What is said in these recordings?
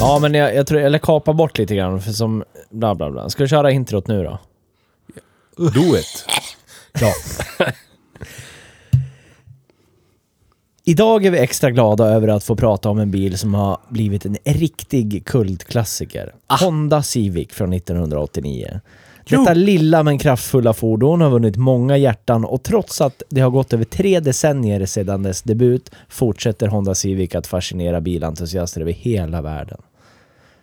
Ja men jag, jag tror, eller kapa bort lite grann för som bla bla bla. Ska vi köra introt nu då? Do it. Ja. Idag är vi extra glada över att få prata om en bil som har blivit en riktig kultklassiker. Ah. Honda Civic från 1989. Detta lilla men kraftfulla fordon har vunnit många hjärtan och trots att det har gått över tre decennier sedan dess debut fortsätter Honda Civic att fascinera bilentusiaster över hela världen.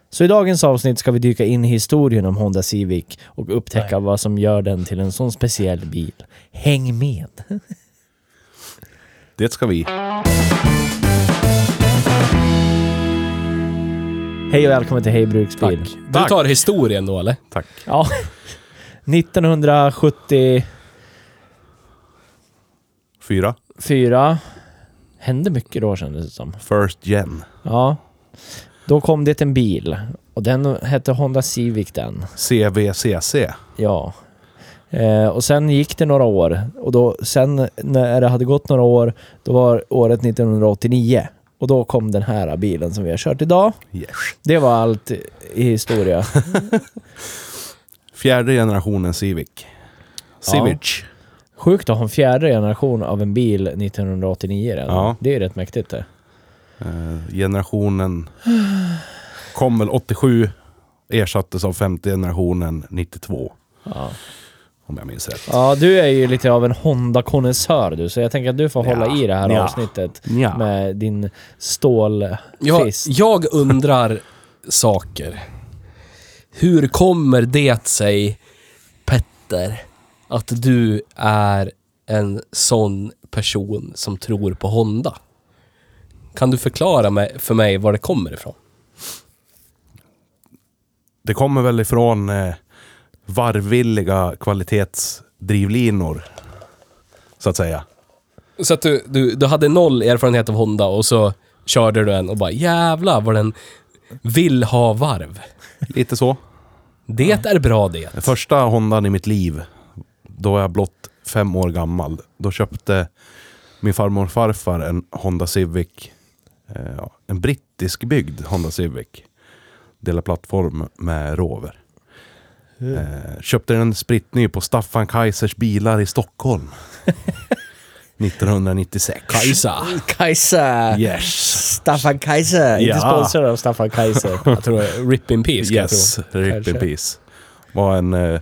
Så i dagens avsnitt ska vi dyka in i historien om Honda Civic och upptäcka vad som gör den till en sån speciell bil. Häng med! Det ska vi. Hej och välkommen till Hej Bruksbil. Tack. Du tar historien då eller? Tack. Ja. 1974. Fyra. Hände mycket då kändes det som. First gen. Ja. Då kom det en bil och den hette Honda Civic den. CVCC. Ja. Eh, och sen gick det några år och då, sen när det hade gått några år, då var året 1989. Och då kom den här bilen som vi har kört idag. Yes. Det var allt i historia. Fjärde generationen Civic. Civic. Sjukt att ha en fjärde generation av en bil 1989 redan. Ja. Det är ju rätt mäktigt det. Eh, generationen kom väl 87. Ersattes av femte generationen 92. Ja. Om jag minns rätt. Ja, du är ju lite av en Honda-konnässör du, så jag tänker att du får Ja. hålla i det här Ja. avsnittet Ja. med din Jag, stålfist. jag undrar saker. Hur kommer det sig, Petter, att du är en sån person som tror på Honda? Kan du förklara mig, för mig var det kommer ifrån? Det kommer väl ifrån eh, varvvilliga kvalitetsdrivlinor. Så att säga. Så att du, du, du hade noll erfarenhet av Honda och så körde du en och bara jävla vad den vill ha varv. Lite så. Det är bra det. Den första Hondan i mitt liv, då var jag blott fem år gammal. Då köpte min farmor och farfar en Honda Civic. Eh, ja, en brittisk byggd Honda Civic. Delar plattform med Rover. Eh, köpte den spritny på Staffan Kaisers bilar i Stockholm. 1996. Kajsa. Kajsa! Yes. Staffan Kajsa! Inte Ja. sponsrad av Staffan Kajsa. Jag tror det är Rip in Peace, kan jag Yes, tro. rip in Kanske. peace. Var en eh,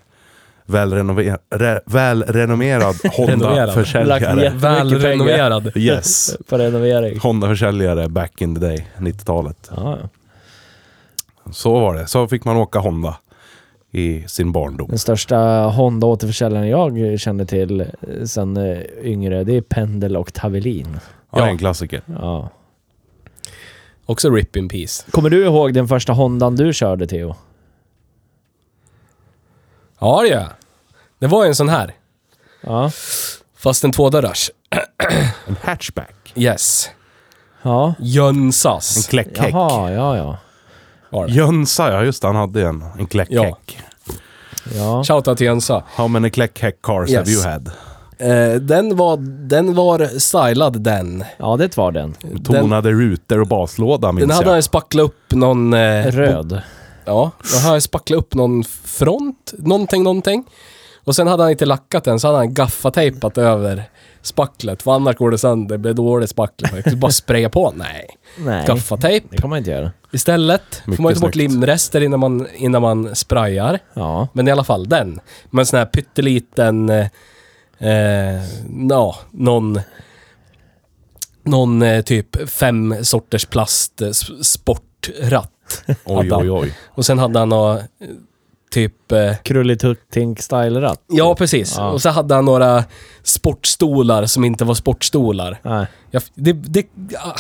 välrenover- re- välrenommerad Lagt Honda-försäljare. jättemycket pengar Välrenoverad. Yes. på renovering. Honda-försäljare back in the day, 90-talet. Ja, ja. Så var det. Så fick man åka Honda i sin barndom. den största Honda-återförsäljaren jag kände till eh, sen eh, yngre, det är Pendel och Tavelin. Ja, Ja. en klassiker. Ja. Också Rip in Peace. Kommer du ihåg den första Hondan du körde, Theo? Ja, det gör jag. Det var ju en sån här. Ja. Fast en tvådörrars. En hatchback. Yes. Ja. En Jönsas. kläckhäck. Jaha, ja, ja. var det. Jönsa, ja just det, han hade en. En kläckhäck. ja. Shoutout till Jönsa. How many kläckhäck cars Yes. have you had? Eh, den, var, den var stylad den. Ja, det var den. Tonade rutor och baslåda minns Den hade jag. han spacklat upp någon... Eh, Röd. Ja, då har jag spacklat upp någon front, någonting, någonting. Och sen hade han inte lackat den, så hade han gaffatejpat över spacklet. För annars går det sönder, det blir dåligt spacklet. Jag skulle bara spraya på. Nej. Nej. Gaffatejp Det kan man inte göra. istället. Mycket får man ju ta bort snyggt. limrester innan man, innan man sprayar. Ja. Men i alla fall den. Med en sån här pytteliten... Eh, eh, ja, någon... Någon eh, typ fem sorters plast eh, s- sportratt. hatt. Oj, oj, oj. Och sen hade han nå, eh, typ... eh, Krulligt tink style Ja, precis. Ja. Och så hade han några sportstolar som inte var sportstolar. Nej. Jag, det, det, ah,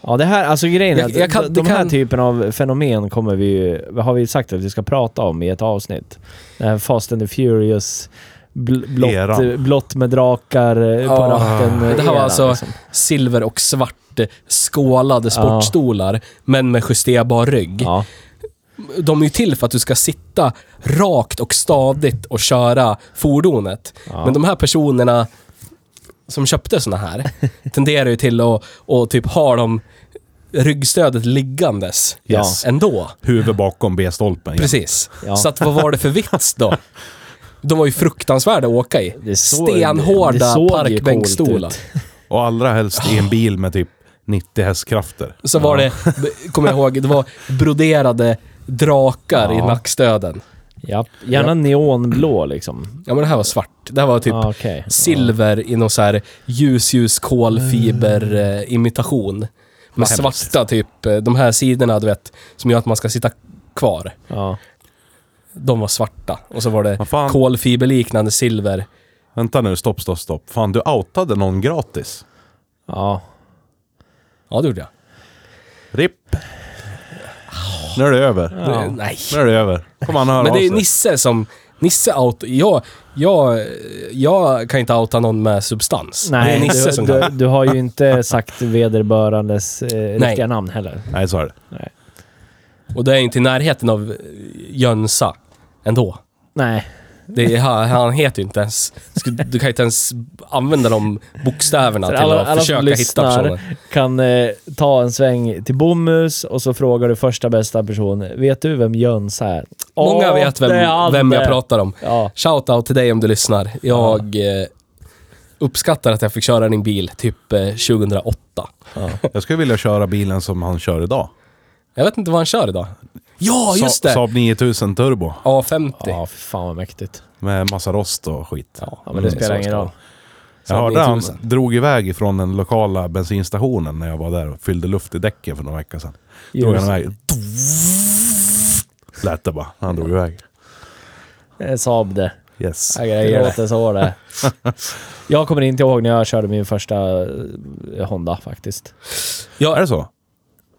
Ja, det här, alltså grejen är Jag- att jag kan- de, det de här kan- typen av fenomen kommer vi ju- har vi sagt att vi ska prata om i ett avsnitt. Den här Fast and the Furious, bl- blått, Eran. blått med drakar eh, på Ja. ratten. eh, Ah. det här var eran, alltså liksom. silver och svart eh, skålade sportstolar, men med justerbar rygg. Ja. De är ju till för att du ska sitta rakt och stadigt och köra fordonet. Ja. Men de här personerna som köpte såna här tenderar ju till att och typ ha dem ryggstödet liggandes Ja. ändå. Huvud bakom B-stolpen. igen. Precis. Ja. Så att, vad var det för vits då? De var ju fruktansvärda att åka i. Det såg- det Stenhårda såg ju coolt parkbänkstolar. ut. Och allra helst i en bil med typ 90 hästkrafter. Så var det, kommer jag ihåg, det var broderade drakar i Ja. nackstöden. Ja, gärna neonblå liksom. Ja men det här var svart. Det här var typ Ja, okej. silver i någon så här ljus, ljus kolfiberimitation. Med hemskt. svarta typ, eh, de här sidorna du vet, som gör att man ska sitta kvar. Ja. De var svarta. Och så var det Vad fan? kolfiberliknande silver. Vänta nu, stopp, stopp, stopp. Fan, du outade någon gratis. ja. Ja, det gjorde jag. RIP. Nu är det över. Det- Nej. Nu är det alltså? över. Kom han höra Men det är av sig. Nisse som... Nisse out... Jag, jag, jag kan inte outa någon med substans. det är Nej, Nisse du, som du, kan. du har ju inte sagt vederbörandes eh, riktiga namn heller. Nej, så är det. Och det är inte i närheten av eh, Jönsa ändå. Nej. Det är, han han heter ju inte ens... sku- Du kan ju inte ens använda de bokstäverna Så till alla, att alla försöka som hitta personen. lyssnar kan eh, ta en sväng till Bomhus och så frågar du första bästa person. Vet du vem Jöns är? Många "Ja, vet det är vem, han vem jag det." pratar om. Ja, Shoutout till dig om du lyssnar. Jag eh, uppskattar att jag fick köra din bil typ eh, 2008. Jag skulle vilja köra bilen som han kör idag. Jag vet inte vad han kör idag. Ja, Sa- just det! Saab 9000 turbo. A50. ja fy fan vad mäktigt. Med massa rost och skit. Ja, men det Mm, spelar så ingen ska roll. Jag Saab hörde han 9000. drog iväg ifrån den lokala bensinstationen när jag var där och fyllde luft i däcken för några veckor sedan. Drog han Just. iväg. Lät det bara. Han drog iväg. Eh, Saab det. Yes. Ja, Det låter så var det. Jag kommer inte ihåg när jag körde min första eh, Honda faktiskt. Är det så?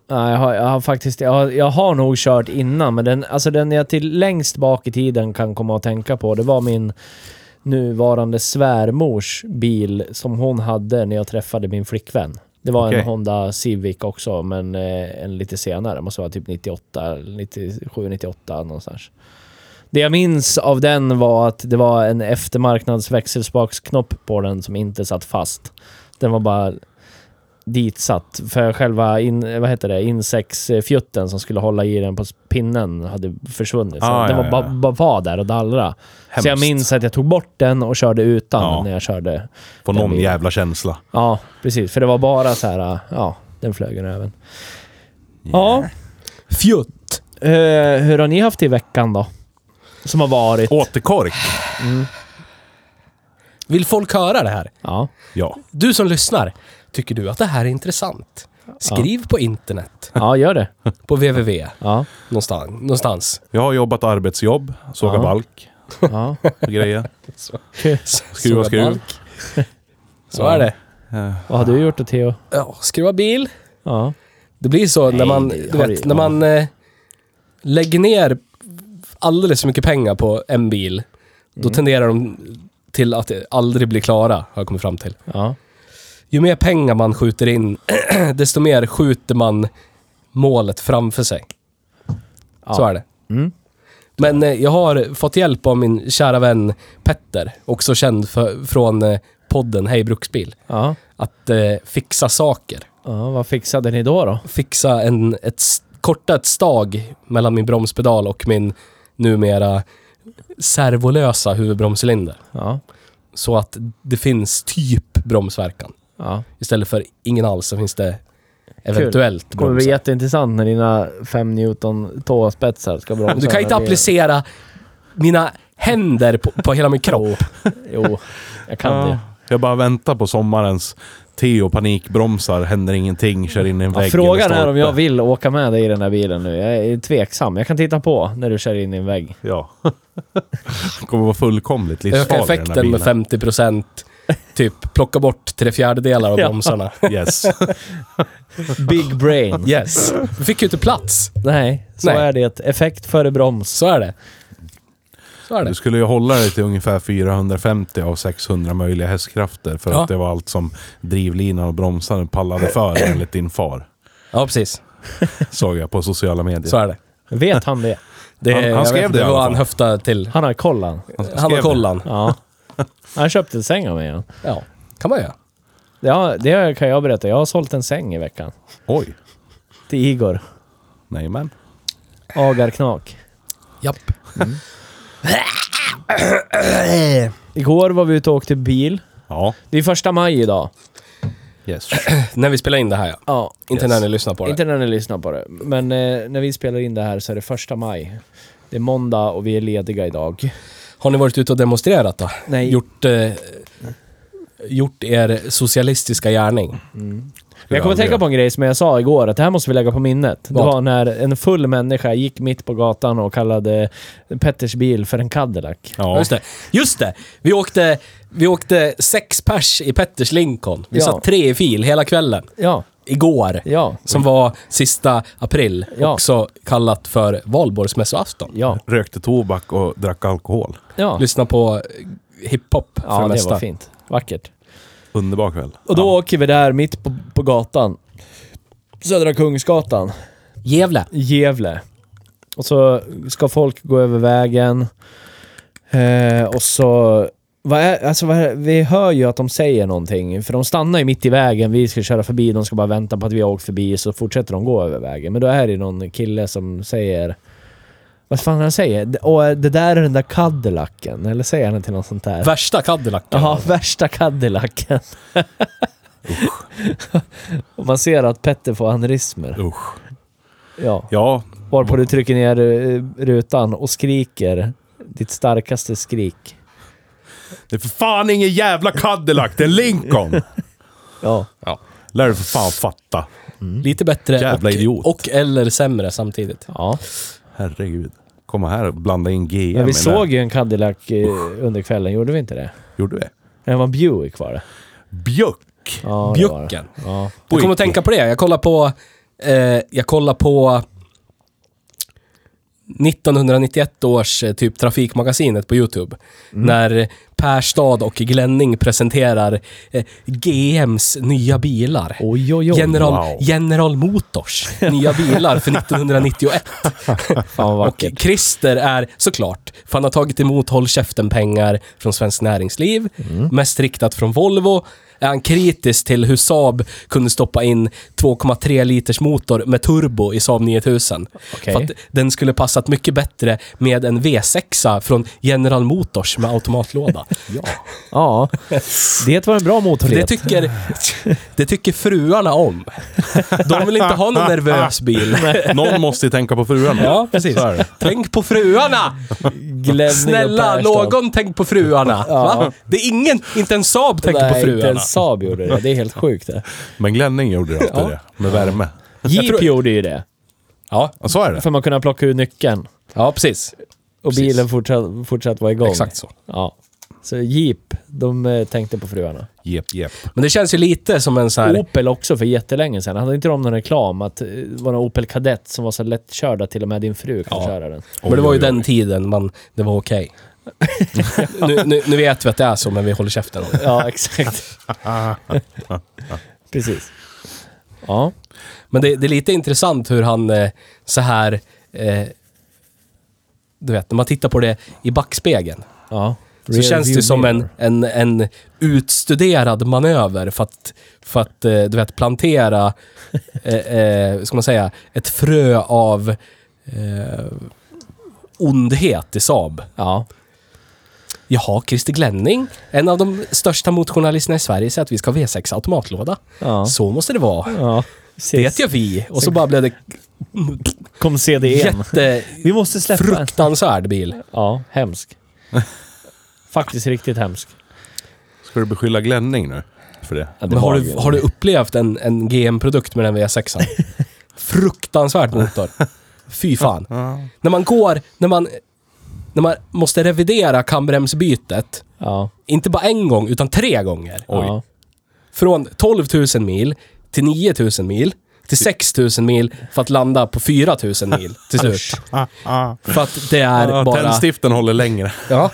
Nej, jag har, jag har faktiskt... Jag har, jag har nog kört innan, men den, alltså den jag till längst bak i tiden kan komma att tänka på, det var min nuvarande svärmors bil som hon hade när jag träffade min flickvän. Det var Okej. en Honda Civic också, men eh, en lite senare. Det måste vara typ 98, 97, 98 någonstans. Det jag minns av den var att det var en eftermarknadsväxelspaksknopp på den som inte satt fast. Den var bara ditsatt. För själva in, vad heter det, insektsfjutten som skulle hålla i den på pinnen hade försvunnit. Så Ah, den var ja, ja, bara ja. ba, var där och dallra. Hemskt. Så jag minns att jag tog bort den och körde utan Ja. när jag körde. På Den någon bilen. jävla känsla. Ja, precis. För det var bara så här, ja, den flög den även. Ja. Fjutt! Eh, hur har ni haft det i veckan då? Som har varit? Återkork. Vill folk höra det här? Ja. Ja. Du som lyssnar, tycker du att det här är intressant? Skriv på internet, ja, gör det. på www, Ja. någonstans. någonstans. Jag har jobbat arbetsjobb. Såga Ja. balk ja. och grejer. Såga Skruva skruv. balk. Så är det. Vad har du gjort då, Theo? Ja, skruva bil. Ja. Det blir så när man, det du har vet, du- när ja. man eh, lägger ner alldeles för mycket pengar på en bil, då Mm. tenderar de till att aldrig bli klara, har jag kommit fram till. Ja. Ju mer pengar man skjuter in, desto mer skjuter man målet framför sig. ja. Så är det. Mm. Men eh, jag har fått hjälp av min kära vän Petter, också känd för, från eh, podden Hej Bruksbil, Ja. att eh, fixa saker. ja. Vad fixade ni då då? Fixa en, ett, s- korta ett stag mellan min bromspedal och min numera servolösa huvudbromscylinder. Ja. Så att det finns typ bromsverkan. Ja. Istället för ingen alls så finns det eventuellt Det kommer bli bromsverkan. jätteintressant när dina 5 Newton tåspetsar ska bromsa. Men Du kan ju inte när vi- applicera mina händer på, på hela min kropp. Jo, jo jag kan Ja. det. Jag bara väntar på sommarens Theo panikbromsar, händer ingenting, kör in i en Ja, vägg. frågan eller är om stolpe. jag vill åka med dig i den här bilen nu. Jag är tveksam. Jag kan titta på när du kör in i en vägg. Ja. Det kommer vara fullkomligt Öka livsfarlig den här effekten bilen. med 50%. Typ plocka bort tre fjärdedelar av Ja. bromsarna. Yes. Big brain. Yes. Vi fick ju inte plats. Nej, så Nej. är det. Effekt före broms. Så är det. Så är det. Du skulle ju hålla dig till ungefär 450 av 600 möjliga hästkrafter för Ja. att det var allt som drivlinan och bromsarna pallade för enligt din far. Ja, precis. Såg jag på sociala medier. Så är det. Vet han det? det Han- han jag skrev vet det i inte alla vad fall. han höftade till. Han har kollan. Han har skrev kollan. Ja. Han köpte en säng av mig. Ja. Ja, kan man göra. Ja, det kan jag berätta. Jag har sålt en säng i veckan. Oj. Till Igor. Nej men. Agar Knak. Japp. Igår var vi ute och åkte bil. Ja. Det är första maj idag. Yes. När vi spelar in det här ja. Ja. Inte när ni lyssnar på det. Inte när ni lyssnar på det. Men eh, när vi spelar in det här så är det första maj. Det är måndag och vi är lediga idag. Har ni varit ute och demonstrerat då? Nej. Gjort, eh, gjort er socialistiska gärning? Jag kommer att tänka på en grej som jag sa igår, att det här måste vi lägga på minnet. Det Vad? var när en full människa gick mitt på gatan och kallade Petters bil för en Cadillac. Ja. Ja. Just det. Just det! Vi åkte, vi åkte sex pers i Petters Lincoln. Vi Ja. satt tre i fil hela kvällen. Ja, Igår. ja, Som var sista april. Ja. Också kallat för valborgsmässoafton. ja, Rökte tobak och drack alkohol. ja. Lyssna på hiphop för Ja, det det mesta. var fint. Vackert. Underbar kväll. Och då Ja. åker vi där mitt på, på gatan. Södra Kungsgatan, Gävle. Gävle. Och så ska folk gå över vägen. Eh, och så... Vad är, alltså vad är, vi hör ju att de säger någonting, för de stannar ju mitt i vägen. Vi ska köra förbi, de ska bara vänta på att vi har åkt förbi, så fortsätter de gå över vägen. Men då är det någon kille som säger... Vad fan han säger? D- Åh, det där är den där Cadillacen, eller säger han till något sånt där? Värsta Cadillacen. Ja, värsta Cadillacen. och man ser att Petter får aneurysmer. Usch. Ja. Ja. Varpå du trycker ner eh, rutan och skriker ditt starkaste skrik. Det är för fan ingen jävla Cadillac, det är en Lincoln! Ja. Lär du för fan fatta. Mm. Lite bättre Jävla och, idiot. och eller sämre samtidigt. ja. Herregud. Komma här och blanda in GM i Men det vi här. såg ju en Cadillac eh, under kvällen, gjorde vi inte det? Gjorde vi? Den var Buick var det. Ja, Björk! det var det. Bjucken. Ja. Jag kommer att tänka på det. Jag kollar på... Eh, jag kollar på... 1991 års eh, typ Trafikmagasinet på Youtube. Mm. När Per Stad och Glenning presenterar eh, GMs nya bilar. Oj, oj, oj. General, wow. General Motors nya bilar för 1991. Fan vad Och vackert. Christer är såklart, för han har tagit emot håll käften-pengar från Svenskt Näringsliv, Mm. mest riktat från Volvo. Är han kritisk till hur Saab kunde stoppa in 2,3 liters motor med turbo i Saab 9000? Okej. För att den skulle passat mycket bättre med en V6 från General Motors med automatlåda. Ja. Det var en bra Det motorled. tycker, det tycker fruarna om. De vill inte ha någon nervös bil. Någon måste ju tänka på fruarna. Ja, precis. Så är det. Tänk på fruarna! Glänning och Snälla, Persson. någon tänk på fruarna. Va? Det är ingen, inte en Saab tänker Nej, på inte fruarna. ens Saab gjorde det. Det är helt sjukt det. Men Glenning gjorde alltid Ja. det. Med värme. Jeep tror- gjorde ju det. Ja, Ja, så är det. För man kunde plocka ur nyckeln. ja, precis. Och Precis. bilen fortsatt, fortsatt var igång. Exakt så. Ja. Så Jeep, de eh, tänkte på fruarna. Jep, jep. Men det känns ju lite som en så här... Opel också för jättelänge sedan. Hade inte de någon reklam att eh, det var någon Opel Kadett som var så lättkörd att till och med din fru kan Ja. köra den? men det var ju Oj, oj, oj. den tiden man, det var okej. nu, nu, nu vet vi att det är så, men vi håller käften om det. Ja, exakt. Precis. Ja. Men det, det är lite intressant hur han eh, så här... Eh, du vet, när man tittar på det i backspegeln. ja. Så känns det ju som en, en, en utstuderad manöver för att, för att eh, du vet, plantera, eh, eh, vad ska man säga, ett frö av eh, ondhet i Saab. Ja. Jaha, Christer Glenning, en av de största motorjournalisterna i Sverige, säger att vi ska ha V6 automatlåda. Ja. Så måste det vara. ja. Det vet ju vi. Och så bara blev det Kom CDN. jätte... Vi måste släppa en. Fruktansvärd bil. Ja, hemsk. Faktiskt riktigt hemsk. Ska du beskylla Glenning nu? för det. Ja, det Men har var du, ju- har du upplevt en, en GM-produkt med den V6? an? Fruktansvärt motor. Fy fan. När man går, när man, när man måste revidera kambremsbytet, Ja. inte bara en gång, utan tre gånger. ja. Från 12 000 mil till 9 000 mil till 6 000 mil för att landa på 4 000 mil till slut. För att det är Ja, bara... Tändstiften håller längre. Ja.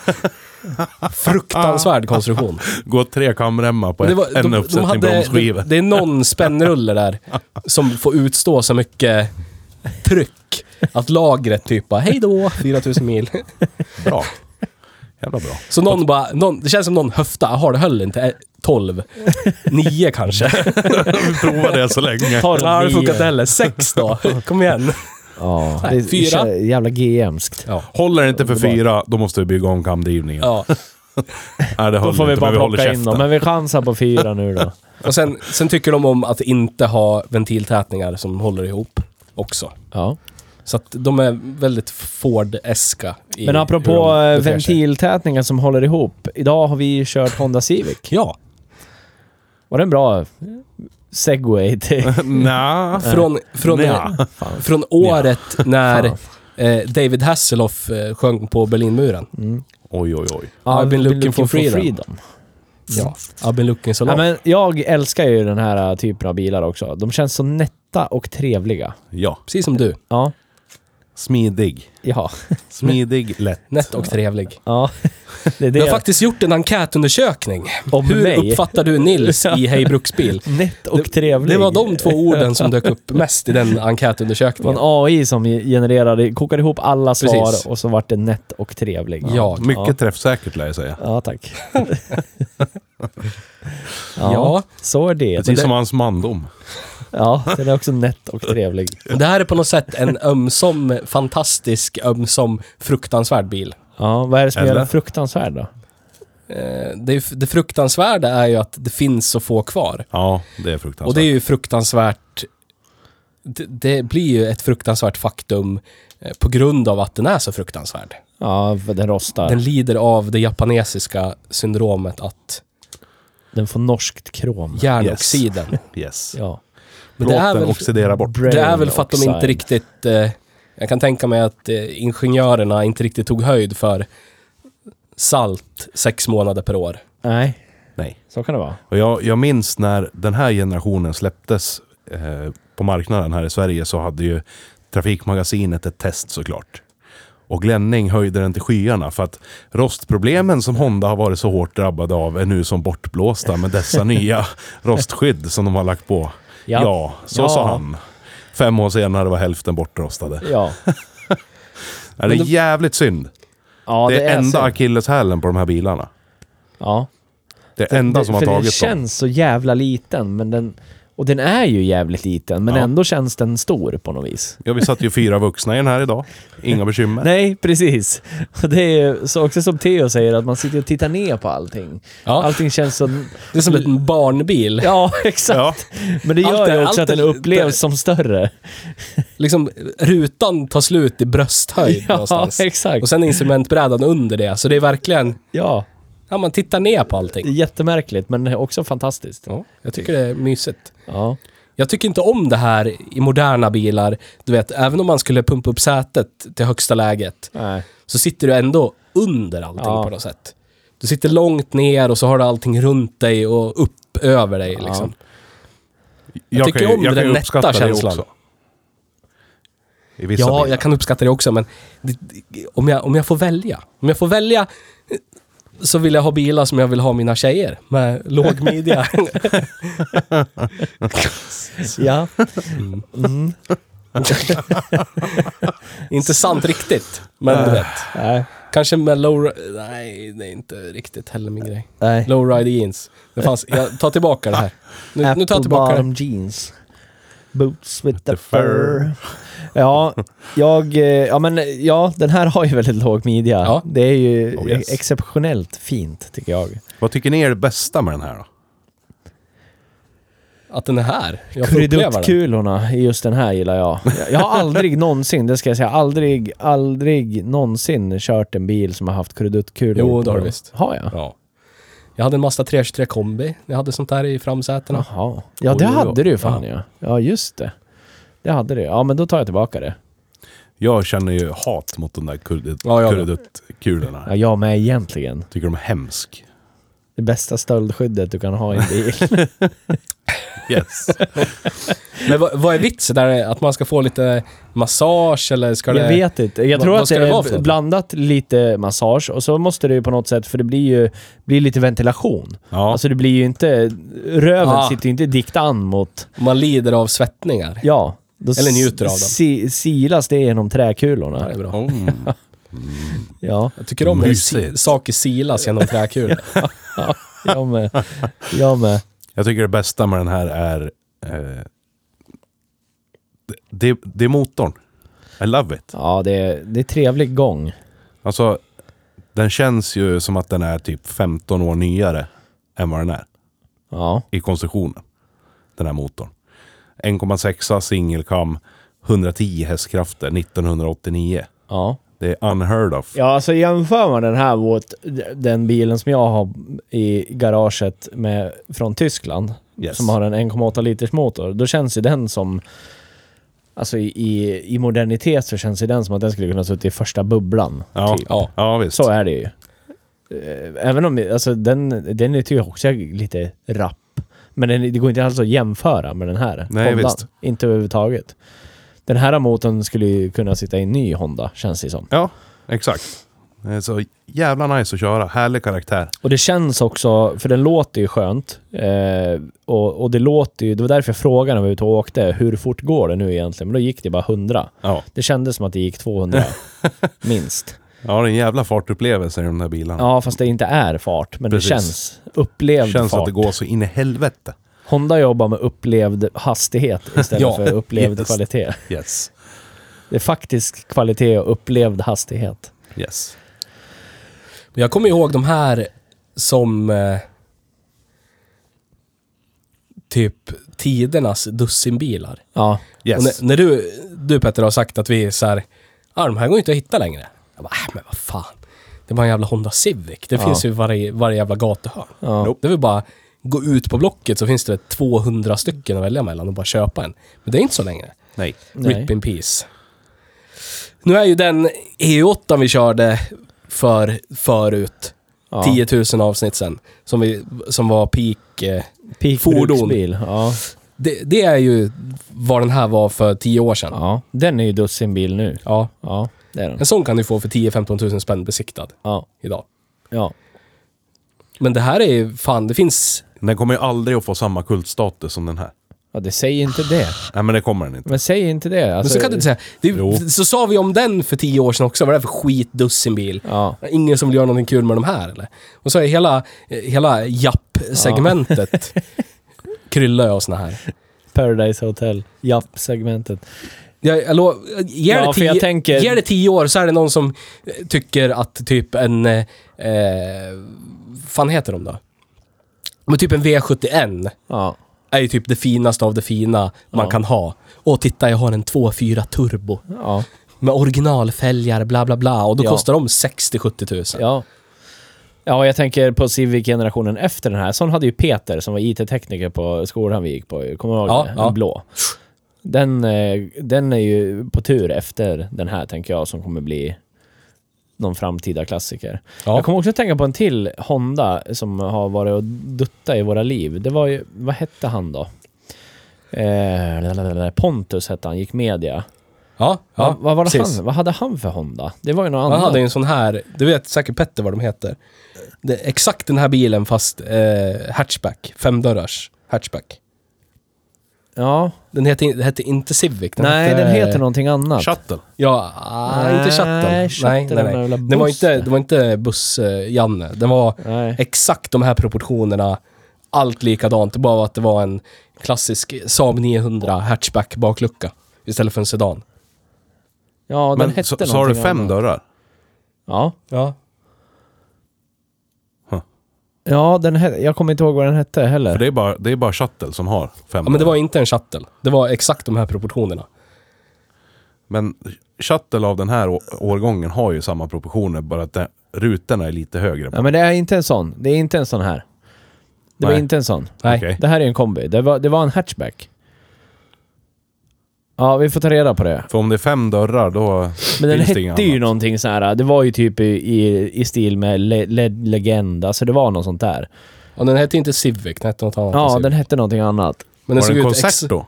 Fruktansvärd konstruktion. Går tre kamremmar på Men det ett, var- en uppsättning bromsskivor. det, det är någon spännrulle där som får utstå så mycket tryck att lagret typ bara, hej då, 4000 mil. Bra. Jävla bra. Så någon bara, någon, det känns som någon höfta, har det höll inte, Eh, 12, 9 kanske. Vi provar det så länge. Har det aldrig nio. funkat heller, 6 då, kom igen. ja. Nej, Det är fyra. jävla GMskt. Ja. Håller det inte för fyra, då måste vi bygga om kamdrivningen. Ja. Nej, det Då håller får vi inte, bara men vi håller plocka in käften. dem. Men vi chansar på fyra nu då. Och sen, sen tycker de om att inte ha ventiltätningar som håller ihop också. Ja. Så att de är väldigt Ford-eska. i Men hur apropå de eh, beter sig. ventiltätningar som håller ihop. Idag har vi kört Honda Civic. Ja. Var det en bra segway till... Nja, Eh, Från, från, Nja. från året när eh, David Hasselhoff eh, sjöng på Berlinmuren. Mm. Oj, oj, oj. I've been looking for freedom. Ja. I've been looking so Ja, long. men jag älskar ju den här eh, typen av bilar också. De känns så nätta och trevliga. Ja. Precis som du. Ja. Smidig. Ja. Smidig, lätt. Nätt och trevlig. ja. Det är det. Vi har faktiskt gjort en enkätundersökning. Om Hur mig. uppfattar du Nils i Hej Bruksbil? Nätt och trevlig. Det var de två orden som dök upp mest i den Det var enkätundersökningen. en AI som genererade, kokade ihop alla svar Precis. och så vart det nätt och trevlig. Ja. Mycket Ja. träffsäkert lär jag säga. Ja, tack. Ja. Så är det. Precis som hans mandom. Ja, den är också nätt och trevlig. Det här är på något sätt en ömsom fantastisk, ömsom fruktansvärd bil. Ja, vad är det som gör Eller? den fruktansvärd då? Eh, Det, är- det fruktansvärda är ju att det finns så få kvar. Ja, det är Och fruktansvärt. det är ju fruktansvärt... Det, det blir ju ett fruktansvärt faktum eh, på grund av att den är så fruktansvärd. Ja, för den rostar. Den Den, lider av det japanesiska syndromet att får norskt krom. järnoxiden. Yes. Ja. Men det är Plåten väl- oxiderar bort. Det är väl för att de Brain inte oxide. riktigt... Eh, jag kan tänka mig att eh, ingenjörerna inte riktigt tog höjd för salt sex månader per år. Nej, Nej. så kan det vara. Och jag, jag minns när den här generationen släpptes eh, på marknaden här i Sverige så hade ju Trafikmagasinet ett test såklart. Och Glenning höjde den till skyarna för att rostproblemen som Honda har varit så hårt drabbade av är nu som bortblåsta med dessa nya rostskydd som de har lagt på. Ja. Ja, så Ja. sa han. Fem år senare var hälften bortrostade. Ja, Ja, det är jävligt synd. ja det, är enda så. akilleshälen på de här bilarna. Ja. Det är enda Det- som har för tagit den dem. känns så jävla liten, men den... Och den är ju jävligt liten, men Ja. ändå känns den stor på något vis. Ja, vi satt ju fyra vuxna i den här idag. Inga bekymmer. Nej, precis. Och det är ju så också som Theo säger, att man sitter och tittar ner på allting. Ja. Allting känns så... Det är som en barnbil. Ja, exakt. Ja. Men det gör Allt är- ju också allt att den är- upplevs som större. Liksom, rutan tar slut i brösthöjd Ja, någonstans. exakt. Och sen instrumentbrädan under det. Så det är verkligen... Ja, Ja, man tittar ner på det är allting. jättemärkligt, men också fantastiskt. Ja, jag tycker det är mysigt. Ja. Jag tycker inte om det här i moderna bilar. Du vet, även om man skulle pumpa upp sätet till högsta läget Nej. så sitter du ändå under allting Ja. på något sätt. Du sitter långt ner och så har du allting runt dig och upp över dig liksom. Jag tycker kan ju- om jag den kan ju nätta uppskatta det känslan. också. I vissa Ja, bilar. jag kan uppskatta det också men det, det- om, jag, om jag får välja. Om jag får välja eh, så vill jag ha bilar som jag vill ha mina tjejer med låg midja. Ja. inte sant riktigt, men du vet. Nej. Kanske med low... Nej, det är inte riktigt heller min grej. Nej. Lowride jeans. Det fanns, jag tar tillbaka det här. Nu, nu tar jag tillbaka det. bottom jeans. Boots with the, The fur. fur. Ja, jag... eh, Ja, men ja, den här har ju väldigt låg midja. Ja. Det är ju Oh, yes. exceptionellt fint, tycker jag. Vad tycker ni är det bästa med den här då? Att den är här. Jag får uppleva den. Kurridutkulorna i just den här gillar jag. Jag- Jag har aldrig någonsin, det ska jag säga, aldrig, aldrig någonsin kört en bil som har haft kurridutkulor. Jo, det har på. du visst. Har jag? Ja. Jag hade en Mazda 323 kombi. Jag hade sånt där i framsätena. Jaha. Ja, Oj, det oj, oj. hade du ju fan ja. Ja, just det. Det hade du. Ja, men då tar jag tillbaka det. Jag känner ju hat mot de där kurdet- Ja, jag med. kurdeduttkulorna. Ja, jag med egentligen. Tycker de är hemsk. Det bästa stöldskyddet du kan ha i en bil. Yes. Men vad, vad är vitsen? Där, att man ska få lite massage eller ska det... Jag vet inte. Jag Vad- tror vad att det ska det vara för är något? blandat lite massage och så måste det ju på något sätt, för det blir ju blir lite ventilation. Ja. Alltså det blir ju inte... Röven Ah. sitter ju inte dikt an mot... Man lider av svettningar. Ja. Då Eller njuter av s- dem. Si, silas det genom Ja, det träkulorna. är bra. Mm. Ja. Jag tycker om hur si- Mysigt. saker silas genom träkulor. Jag med. Jag med. Jag tycker det bästa med den här är... Eh, det, det är motorn. I love it. Ja, det är, det är trevlig gång. Alltså, den känns ju som att den är typ 15 år nyare än vad den är Ja. i konstruktionen. Den här motorn. 1,6 singelkam, 110 hästkrafter, 1989. Ja. Det är unheard of. Ja, alltså jämför man den här mot den bilen som jag har i garaget med, från Tyskland, Yes. som har en 1,8 liters motor, då känns ju den som... Alltså i, i, i modernitet så känns ju den som att den skulle kunna suttit i första bubblan. Ja, Typ. ja. visst. Så är det ju. Eh, Även om, alltså den, den är ju också lite rapp. Men den, det går inte alls att jämföra med den här Nej, Hondan. visst. Inte överhuvudtaget. Den här motorn skulle ju kunna sitta i en ny Honda, känns det som. Ja, exakt. Det är så jävla nice att köra. Härlig karaktär. Och det känns också, för den låter ju skönt. Eh, och, och det låter ju, det var därför jag frågade när vi var ute och åkte, hur fort går det nu egentligen? Men då gick det bara 100. Ja, Det kändes som att det gick 200, minst. ja det är en jävla fartupplevelse i de där bilarna. Ja, fast det inte är fart, men Precis. det känns upplevd känns fart. att det går så in i helvete. Honda jobbar med upplevd hastighet istället Ja, för upplevd yes. kvalitet. Yes. Det är faktisk kvalitet och upplevd hastighet. Yes. Men jag kommer ihåg de här som... Eh, typ tidernas dussinbilar. Ja, Yes. Och när, när du, du Petter har sagt att vi är så här, ah, de här går ju inte att hitta längre. Jag bara, äh, men vad fan. Det är bara en jävla Honda Civic. Det Ja. finns ju i varje, varje jävla gatuhörn. Ja. Det är väl bara, gå ut på Blocket så finns det 200 stycken att välja mellan och bara köpa en. Men det är inte så längre. Nej. Nej. Rip in peace. Nu är ju den E8 vi körde för, förut, ja. 10 000 avsnitt sen, som, vi, som var peak. Eh, Peak fordon. bruksbil. Ja. det, det är ju vad den här var för 10 år sedan. ja, den är ju dussinbil nu. ja. Ja, det är den. En sån kan du få för 10-15 tusen spänn besiktad Ja, idag. ja. Men det här är ju fan, det finns... Den kommer ju aldrig att få samma kultstatus som den här. Ja, det säger inte det. Nej, men det kommer den inte. Men säg inte det. Men Alltså, så kan du inte säga. Jo. Det, så sa vi om den för 10 år sedan också, vad är det för skitdussinbil? Ja. Ingen som vill göra någonting kul med de här eller? Och så är hela, eh, hela japp-segmentet kryllar jag av såna här. Paradise Hotel. Japp-segmentet. Jag, jag lo, ger, Ja, det för tio, jag tänker- ger det 10 år så är det någon som eh, tycker att typ en... Eh, eh, fan heter de då? Men typ en V71 Ja. är ju typ det finaste av det fina man Ja. kan ha. Och titta, jag har en 2.4 turbo Ja. med originalfälgar, bla bla bla. Och då Ja. kostar de 60-70 tusen. Ja. Ja, och jag tänker på Civic-generationen efter den här. Sån hade ju Peter som var IT-tekniker på skolan vi gick på. Kommer du ihåg Ja, det? ja. Den blå. Den, eh, den är ju på tur efter den här, tänker jag, som kommer bli någon framtida klassiker. Jag kommer också tänka på en till Honda som har varit och dutta i våra liv. Det var ju, vad hette han då? Eh, lalalala, Pontus hette han, gick media. ja, Va, ja. vad, var det precis. han, vad hade han för Honda? Det var ju något Han annat. hade ju en sån här, du vet säkert Petter vad de heter. Det är exakt den här bilen fast eh, hatchback, femdörrars hatchback. Ja, Den hette, den hette inte Civic. Den nej hette, den heter någonting annat. Shuttle. Ja, ah, inte chatten. Nej, Nej, Chatten, nej, den där jävla nej. Den var bussen. inte, det var inte buss-Janne. den var Nej. exakt de här proportionerna. Allt likadant, bara att det var en klassisk Saab 900 hatchback baklucka istället för en sedan. Ja, den Men hette så, någonting så har du fem annat. dörrar? Ja. Ja. Ja, den he- jag kommer inte ihåg vad den hette heller. För det är, bara, det är bara Shuttle som har fem ja men det dörrar. var inte en shuttle. Det var exakt de här proportionerna. Men Shuttle av den här å- årgången har ju samma proportioner, bara att det, rutorna är lite högre. Ja, men det är inte en sån. Det är inte en sån här. Det var Nej. inte en sån. Nej. Okej. Det här är en kombi. Det var, det var en hatchback. Ja, vi får ta reda på det. För om det är fem dörrar då Men den finns hette det inget ju annat. någonting så här. Det var ju typ i, i, i stil med le, le, Legend. Alltså det var något sånt där. Och den hette inte Civic, den hette något annat. än Ja, Civic. den hette någonting annat. Men den Var såg det en ut ex- koncert då?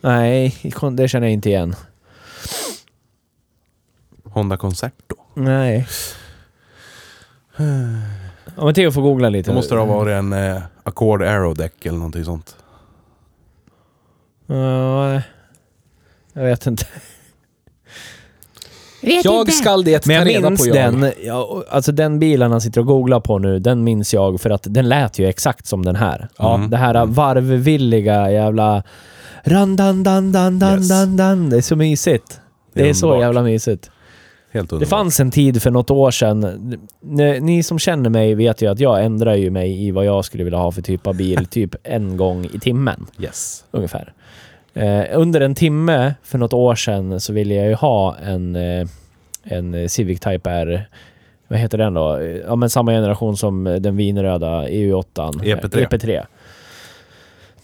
Nej, kon- det känner jag inte igen. Honda Concerto. Nej. Ja, men Theo får googla lite. Det måste det ha varit en eh, Accord Aerodeck eller någonting sånt. Ja, jag vet inte. Jag skall det ta Men jag reda minns på jag. den, ja, och- alltså den bilen han sitter och googlar på nu, den minns jag för att den lät ju exakt som den här. Mm. Ja. Mm. Det här varvvilliga jävla... Ran, dan, dan, dan, dan, Yes. dan, dan. Det är så mysigt. Det Det är, är så underbart. jävla mysigt. Helt Det underbart. fanns en tid för något år sedan. Ni, ni som känner mig vet ju att jag ändrar ju mig i vad jag skulle vilja ha för typ av bil typ en gång i timmen Yes. ungefär. Eh, under en timme för något år sedan så ville jag ju ha en, eh, en eh, Civic Type R. Vad heter den då? Eh, Ja, men samma generation som eh, den vinröda EU8. an. EP3. Eh, EP3.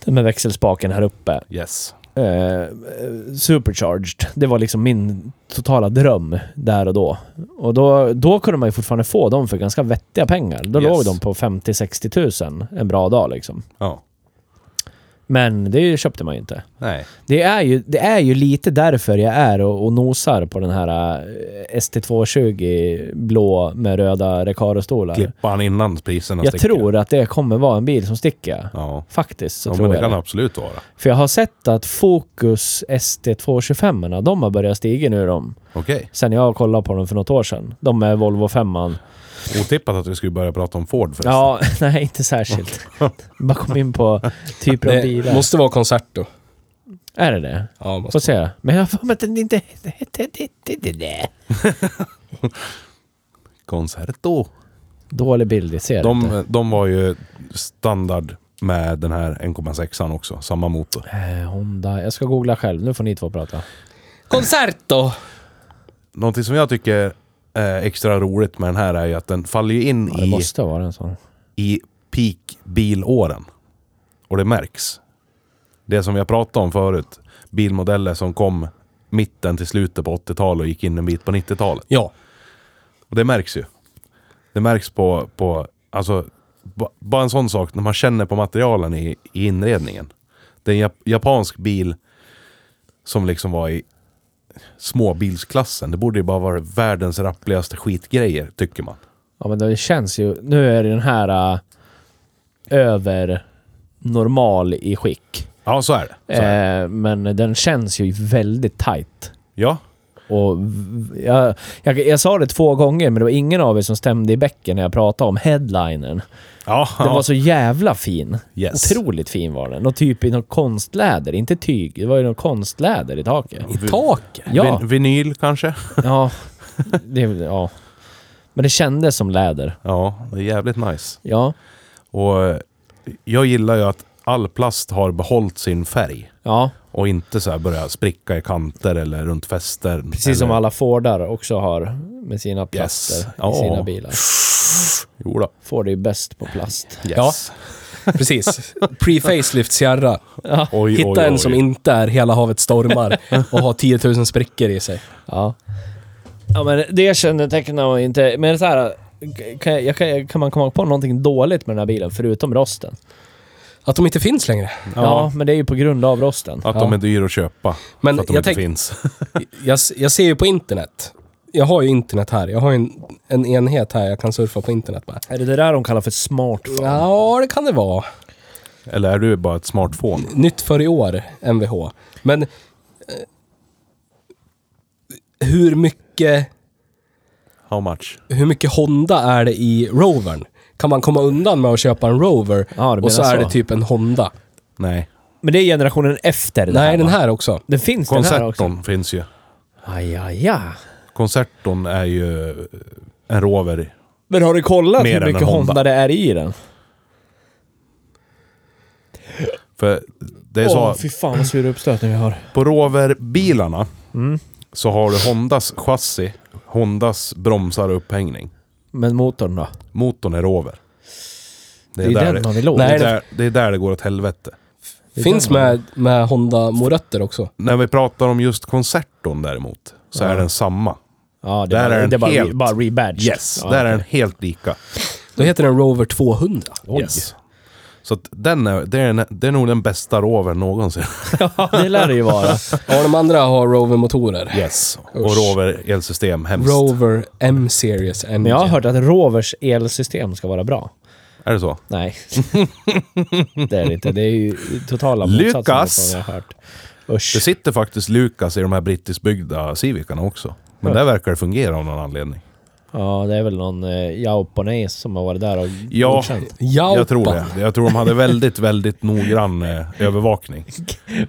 Den med växelspaken här uppe. Yes. Eh, supercharged. Det var liksom min totala dröm där och då. Och då, då kunde man ju fortfarande få dem för ganska vettiga pengar. Då Yes. låg de på 50-60 000 en bra dag liksom. Ja. Men det köpte man ju inte. Nej. Det är ju, det är ju lite därför jag är och, och nosar på den här eh, ST220 blå med röda Recaro-stolar. Klippa han innan priserna Jag sticker. tror att det kommer vara en bil som sticker. Ja. Faktiskt så ja, tror men det jag kan det. absolut vara. För jag har sett att Focus ST225, -orna, de har börjat stiga nu de. Okej. Sen jag kollade på dem för något år sedan. De med Volvo 5 Otippat att vi skulle börja prata om Ford förresten. Ja, nej inte särskilt. Bara kom in på typer av Det bilar. måste vara koncert då. Är det det? Ja, måste. Får se. Men jag har för mig att den inte hette det. det. Concerto. Dålig bild, ser de... inte. De, de var ju standard med den här 1,6an också. Samma motor. Eh, Honda. Jag ska googla själv. Nu får ni två prata. Koncert då! Någonting som jag tycker är extra roligt med den här är ju att den faller ju in Ja, det i, måste vara en sån. i peak-bilåren. Och det märks. Det som jag pratade om förut. Bilmodeller som kom mitten till slutet på 80-talet och gick in en bit på 90-talet. Ja. Och det märks ju. Det märks på, på alltså, ba- bara en sån sak när man känner på materialen i, i inredningen. Det är en jap- japansk bil som liksom var i småbilsklassen. Det borde ju bara vara världens rappligaste skitgrejer, tycker man. Ja, men det känns ju... Nu är det den här äh, över normal i skick. Ja, så är det. Så är det. Eh, men den känns ju väldigt tight. Ja, Och v- jag, jag, jag sa det två gånger, men det var ingen av er som stämde i bäcken när jag pratade om headlinern. ja, Den var ja. så jävla fin. Yes. Otroligt fin var den. Och typ i något konstläder, inte tyg. Det var ju något konstläder i taket. I Mm. taket. Ja. Vin- vinyl kanske? Ja, det, är väl- ja. Men det kändes som läder. Ja, det är jävligt nice. Ja, Och eh, jag gillar ju att all plast har behållit sin färg. ja. Och inte så här börja spricka i kanter eller runt fäster. precis som alla Fordar också har med sina plaster Yes. i Ja. sina bilar. Jo då. Ford är ju bäst på plast. Yes. Precis. Pre-facelift Sierra. Oj, Hitta oj, oj. en som inte är hela havet stormar och har 10 000 sprickor i sig. Ja. Ja men det kännetecknar man ju inte. Men så här, kan, jag- jag, kan, kan man komma på någonting dåligt med den här bilen förutom rosten? Att de inte finns längre. Ja, men det är ju på grund av rosten. Att de är dyra att köpa. Men för att de jag inte tänk- finns. Jag, jag ser ju på internet. Jag har ju internet här. Jag har ju en, en enhet här jag kan surfa på internet med. Är det det där de kallar för smartphone? Ja, det kan det vara. Eller är du bara ett smartphone? Nytt för i år, MVH. Men eh, hur mycket How much? hur mycket Honda är det i Rovern? Kan man komma undan med att köpa en Rover Ja, du och så menar är så. det typ en Honda? Nej. Men det är generationen efter det Nej, den va? här också. Den finns den här också? Concerton finns ju. Aj, aj, aj. Concerton är ju eh, en rover. Men har du kollat Mer hur än mycket en Honda. Honda. det är i den? För det är så... Åh, fy fan vad sur uppstötning vi har. På roverbilarna Mm. så har du Hondas chassi, Hondas bromsar och upphängning. Men motorn då? Motorn är rover. Det är, den man vill åt. det, Nej, är det- där, det är där det går åt helvete. Det är Finns den man- med, med Honda morötter också. När vi pratar om just konserton däremot, så Ja. är den samma. Ja, det Där är, är bara, den det är bara, helt- bara rebadged. Yes, Ja, där är okej. den helt lika. Då heter den Rover 200. Oj. Yes. Så att den är, det, är, det är nog den bästa rovern någonsin. Det lär det ju vara. Ja, de andra har Rover-motorer. Yes. Och Usch. rover elsystem, hemskt. Rover M-series MG. Men jag har hört att Rovers elsystem ska vara bra. Är det så? Nej. det är det inte. Det är ju totala motsatsen till Lukas! vad jag har hört. Usch. Det sitter faktiskt Lukas i de här brittiskbyggda Civicarna också. Men Ja. där verkar det fungera av någon anledning. Ja, det är väl någon eh, Jaupone som har varit där och Ja. godkänt. Jaupa. Jag tror det. Jag tror de hade väldigt, väldigt noggrann eh, övervakning.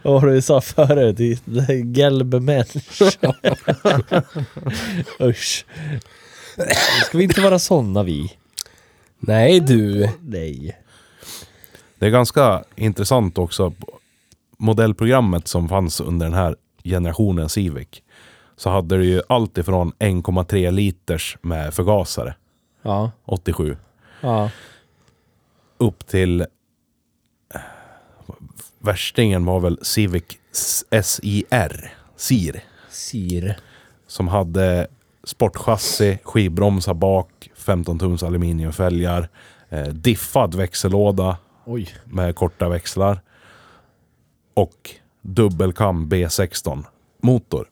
Vad var det vi sa förut? Det är Gelbmänniska. Usch. Ska vi inte vara såna vi? Nej du. Nej. Det är ganska intressant också. Modellprogrammet som fanns under den här generationen Civic. Så hade det ju allt ifrån 1,3 liters med förgasare, Ja. 87, Ja. upp till... eh, Värstingen var väl Civic SIR, SIR. Syr. Som hade sportchassi, skivbromsar bak, 15 tums aluminiumfälgar, eh, diffad växellåda Oj. med korta växlar och dubbelkam B16 motor.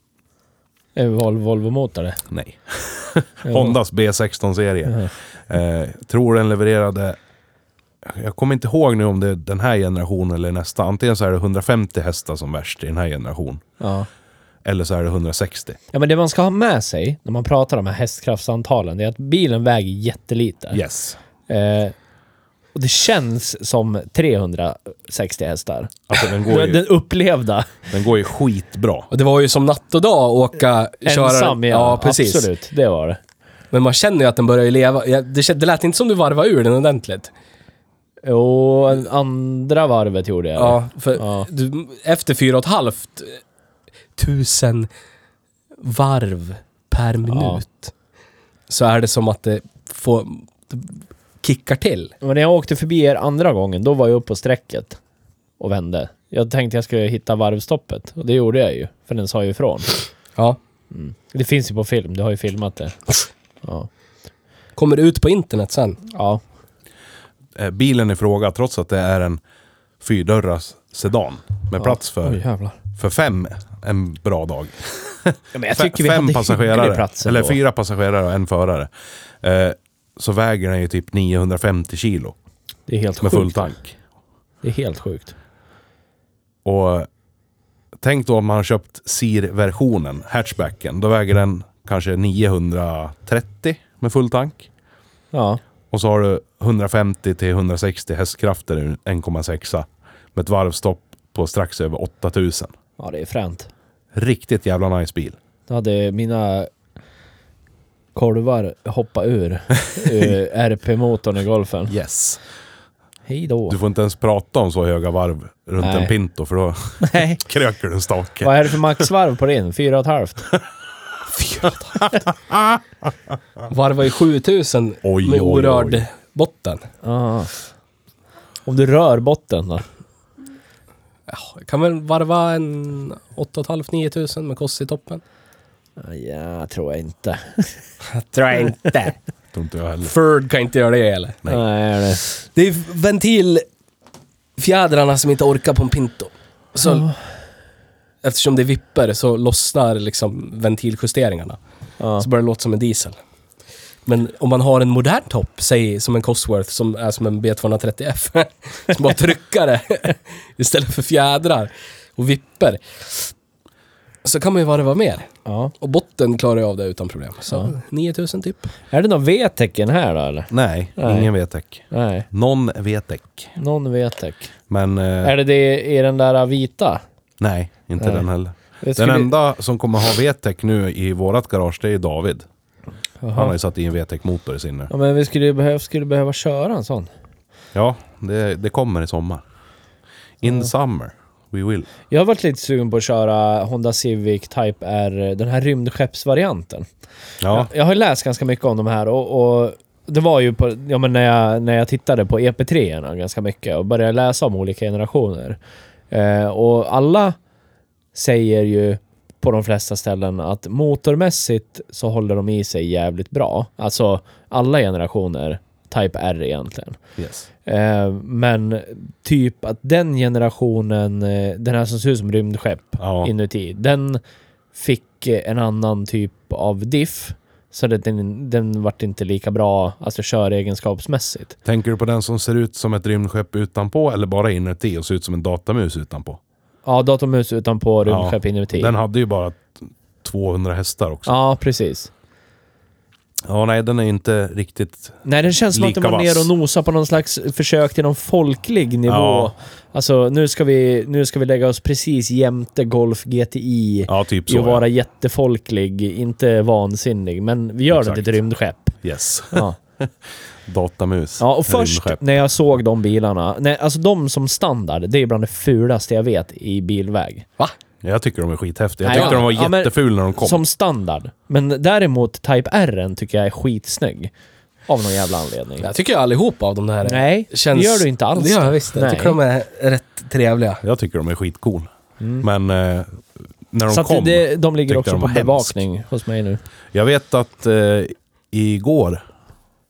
Är Volvo, Volvo motor det? Nej. Hondas B16-serie. Eh, tror den levererade... Jag kommer inte ihåg nu om det är den här generationen eller nästa. Antingen så är det 150 hästar som värst i den här generationen. Ja. Eller så är det 160. Ja men det man ska ha med sig när man pratar om de här hästkraftsantalen, det är att bilen väger jättelite. Yes. Eh, och det känns som 360 hästar. Alltså den går Den ju, upplevda. den går ju skitbra. Och det var ju som natt och dag att åka... köra- Ensam, ja. ja precis. Absolut, det var det. Men man känner ju att den börjar ju leva. Ja, Det, kän- det lät inte som du varvade ur den ordentligt. Och andra varvet gjorde jag det. Ja, för Ja. Du, efter fyra och ett halvt eh, tusen varv per minut så är det som att det får... Det kickar till. Men när jag åkte förbi er andra gången, då var jag uppe på strecket och vände. Jag tänkte jag skulle hitta varvstoppet och det gjorde jag ju, för den sa ju ifrån. Ja. Det finns ju på film, du har ju filmat det. Ja. Kommer ut på internet sen. Ja. Eh, bilen i fråga, trots att det är en fyrdörrars sedan med plats för, jävlar. för fem en bra dag. Ja, men jag Fe- tycker vi fem hade passagerare, hygglig plats eller ändå. fyra passagerare och en förare. Eh, så väger den ju typ 950 kilo Det är helt med full sjukt. tank. Det är helt sjukt. Och eh, tänk då om man har köpt SIR-versionen, hatchbacken. Då väger den kanske 930 med full tank. Ja. Och så har du 150 till 160 hästkrafter i en 1,6 med ett varvstopp på strax över 8000. ja, det är fränt. Riktigt jävla nice bil. Då hade mina kolvar hoppat ur eh, RP-motorn i golfen. Yes. Hej då. Du får inte ens prata om så höga varv runt Nej. en Pinto för då Nej. kröker du en stake. Vad är det för maxvarv på din? Fyra och ett halvt? Varvar ju 7000 Oj, oj, oj. med orörd botten. Ja. Om du rör botten då? Ja, kan väl varva en 8,5-9000 med kost i toppen. Ja, tror jag inte. Tror jag inte. Tror inte jag heller. Ford kan inte göra det eller? Nej. Nej det. Det är ventilfjädrarna som inte orkar på en Pinto. Så, Eftersom det vipper så lossnar liksom ventiljusteringarna. Ja. Så börjar det låta som en diesel. Men om man har en modern topp, säg som en Cosworth som är som en B230F, som har tryckare istället för fjädrar och vipper. Så kan man ju varva mer. ja. Och botten klarar ju av det utan problem. Så Ja. 9000 typ. Är det någon V-tecken här då eller? Nej, Nej. ingen VTEC. Nej. Någon VTEC. Någon V-teck. Men eh, Är det det i den där vita? nej, inte Nej. den heller. Jag Den enda som kommer ha VTEC nu i vårat garage, det är David. Han har Jaha. ju satt i en VTEC-motor i sin nu. Ja, men vi skulle ju behöva, skulle behöva köra en sån. Ja, det, det kommer i sommar. In the summer. We will. Jag har varit lite sugen på att köra Honda Civic Type R, den här rymdskeppsvarianten. Ja, Jag, jag har läst ganska mycket om de här och, och det var ju på, ja, men när, jag, när jag tittade på ep 3 erna ganska mycket och började läsa om olika generationer. Eh, och alla säger ju på de flesta ställen att motormässigt så håller de i sig jävligt bra. Alltså alla generationer Type R egentligen. yes. Eh, men typ att den generationen, eh, den här som ser ut som rymdskepp, ja. inuti. Den fick eh, en annan typ av diff. Så att den, den vart inte lika bra, alltså köregenskapsmässigt. Tänker du på den som ser ut som ett rymdskepp utanpå eller bara inuti och ser ut som en datamus utanpå? Ja, datormus utanpå, Ja, rymdskepp inuti. Den hade ju bara 200 hästar också. Ja, Ja, precis. nej, den är inte riktigt... Nej, den känns som att Lika den var ner vass. och nosa på någon slags försök till någon folklig nivå. Ja. Alltså, nu ska, vi, nu ska vi lägga oss precis jämte Golf GTI. Ja, typ I så. att vara jättefolklig, inte vansinnig. Men vi gör det Exakt. till rymdskepp. ja. Yes. Ja. Datamus. Ja, och först Rymdskepp. när jag såg de bilarna, nej, alltså de som standard, det är bland det fulaste jag vet i bilväg. Va? Jag tycker de är skithäftiga. Jag Nej, tyckte ja. de var Ja, men- jättefula när de kom. Som standard. Men däremot Type R tycker jag är skitsnygg. Av någon jävla anledning. Jag tycker allihopa av de här Nej, det gör du inte alls. Det gör jag visst. Jag Nej. tycker de är rätt trevliga. Jag tycker de är skitcool. Men eh, när de Mm. Så kom... att det, de ligger tyckte också de på var hemskt. bevakning hos mig nu. Jag vet att eh, igår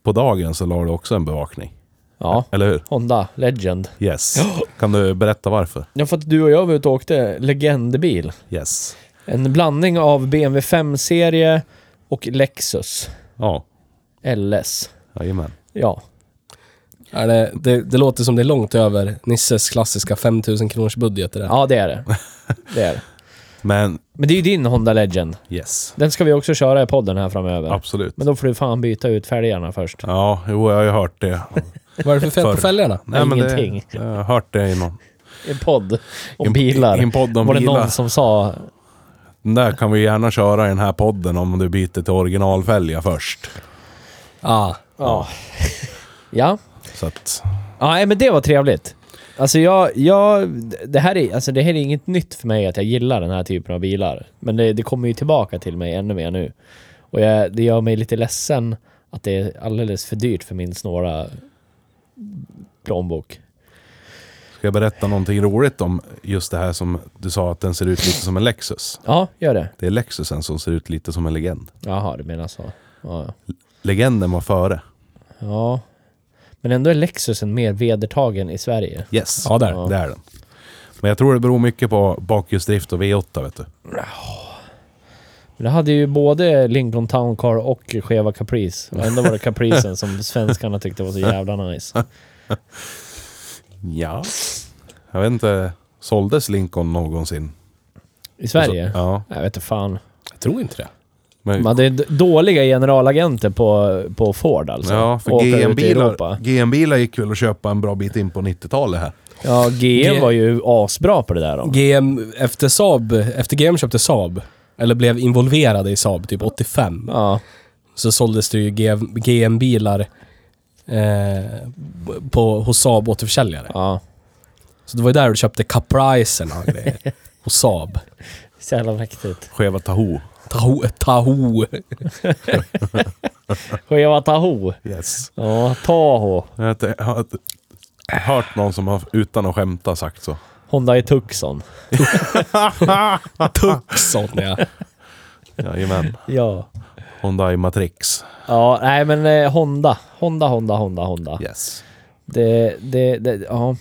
på dagen så la du också en bevakning. Ja, Eller hur? Honda Legend. Yes. Kan du berätta varför? Ja, för att du och jag var ute och åkte legendbil. Yes. En blandning av BMW 5-serie och Lexus Ja, LS. jajamän. Ja. Är det, det, det låter som det är långt över Nisses klassiska 5000 kronors budget. Det där. ja, det är det. Det är det. Men Men det är ju din Honda Legend. yes, Den ska vi också köra i podden här framöver. absolut. Men då får du fan byta ut fälgarna först. Ja, jo, jag har ju hört det. Vad är det för fel Förr. på fälgarna? Nej, men Ingenting. det, jag har hört det i någon, En podd om i en- bilar. i en podd om Var det bilar. någon som sa... Den där kan vi gärna köra i den här podden om du byter till originalfälgar först. Ah. Ja. ja. Så att, Ja, nej, men det var trevligt. Alltså jag, jag, det, här är, alltså det här är inget nytt för mig att jag gillar den här typen av bilar. Men det, det kommer ju tillbaka till mig ännu mer nu. Och jag, det gör mig lite ledsen att det är alldeles för dyrt för min snåla plånbok. ska jag berätta någonting roligt om just det här som du sa att den ser ut lite som en Lexus? Ja, gör det. Det är Lexusen som ser ut lite som en legend. Jaha, du menar så. Ja, ja. Legenden var före. Ja. Men ändå är Lexusen mer vedertagen i Sverige. Yes, Ja, där. det är den. Men jag tror det beror mycket på bakhjulsdrift och V8 vet du. Men det hade ju både Lincoln Town Car och Cheva Caprice. Och ändå var det Capricen som svenskarna tyckte var så jävla nice. Ja. Jag vet inte, såldes Lincoln någonsin? I Sverige? Ja. Jag vet inte fan. Jag tror inte det. Men, De hade d- dåliga generalagenter på, på Ford alltså. ja, Och för åka ut i Europa. GM-bilar GM -bilar gick väl att köpa en bra bit in på 90-talet här. Ja, G- GM var ju asbra på det där då. GM, efter Saab, efter GM köpte Saab, eller blev involverade i Saab typ 85, Ja. så såldes det ju GM GM-bilar eh, på, hos Saab återförsäljare. ja. Så det var ju där du köpte Capricerna och grejer. hos Saab. Så jävla mäktigt. Cheva Tahoe. Tahoe. Tahoe. Cheva Tahoe. Yes. Ja, Tahoe. Jag har inte- jag har inte hört någon som har, utan att skämta sagt så. Honda i Tucson. Tucson ja. Jajamän. Ja. Hyundai Matrix. Ja, nej men eh, Honda. Honda, Honda, Honda, Honda. Yes. Det, det, det, ja.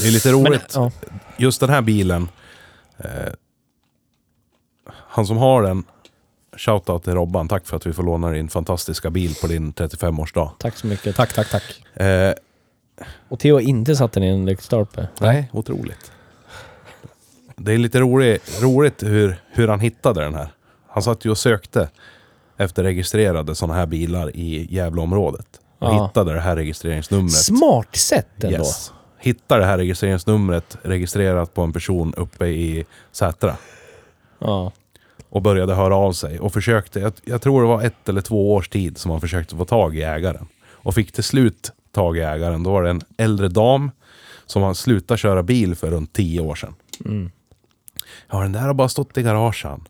Det är lite roligt. ja. Just den här bilen. Eh, han som har den. Shoutout till Robban. Tack för att vi får låna din fantastiska bil på din 35-årsdag. Tack så mycket. Tack, tack, tack. Eh, Och Theo har inte satt den i en lyktstolpe. nej, otroligt. Det är lite roligt, roligt hur, hur han hittade den här. Han satt ju och sökte efter registrerade sådana här bilar i Gävleområdet. Och Ja. hittade det här registreringsnumret. Smart sätt ändå. Yes. Hittar det här registreringsnumret registrerat på en person uppe i Sätra. Ja. Och började höra av sig och försökte, jag, jag tror det var ett eller två års tid som han försökte få tag i ägaren. Och fick till slut tag i ägaren. Då var det en äldre dam som han slutade köra bil för runt tio år sedan. Ja, den där har bara stått i garagen.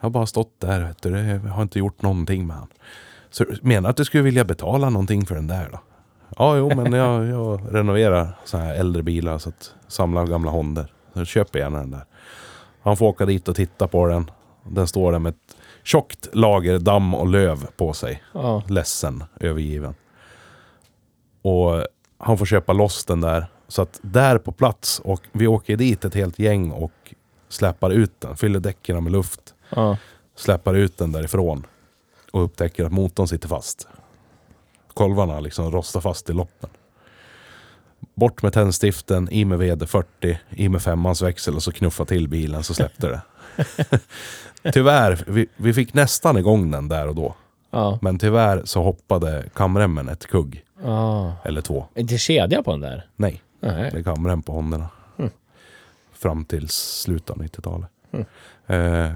Jag har bara stått där, vet du. Jag har inte gjort någonting med han. Så menar du att du skulle vilja betala någonting för den där då? Ja, jo, men jag, jag renoverar så här äldre bilar, så att samlar gamla Honder. Så köper jag gärna den där. Han får åka dit och titta på den. Den står där med ett tjockt lager damm och löv på sig Ja. ledsen, övergiven. Och han får köpa loss den där. Så att där på plats, och vi åker dit ett helt gäng och släpar ut den, fyller däcken med luft, Ja. släpar ut den därifrån och upptäcker att motorn sitter fast. Kolvarna liksom rostar fast i loppen. Bort med tändstiften, i med VD40, i med femmans växel och så knuffa till bilen så släppte det. Tyvärr, vi, vi fick nästan igång den där och då. Ja. Men tyvärr så hoppade kamremmen ett kugg, ja. eller två. Inte kedja på den där? Nej, Nej. det är kamrem på Honderna. Fram till slutet av 90-talet. Eh,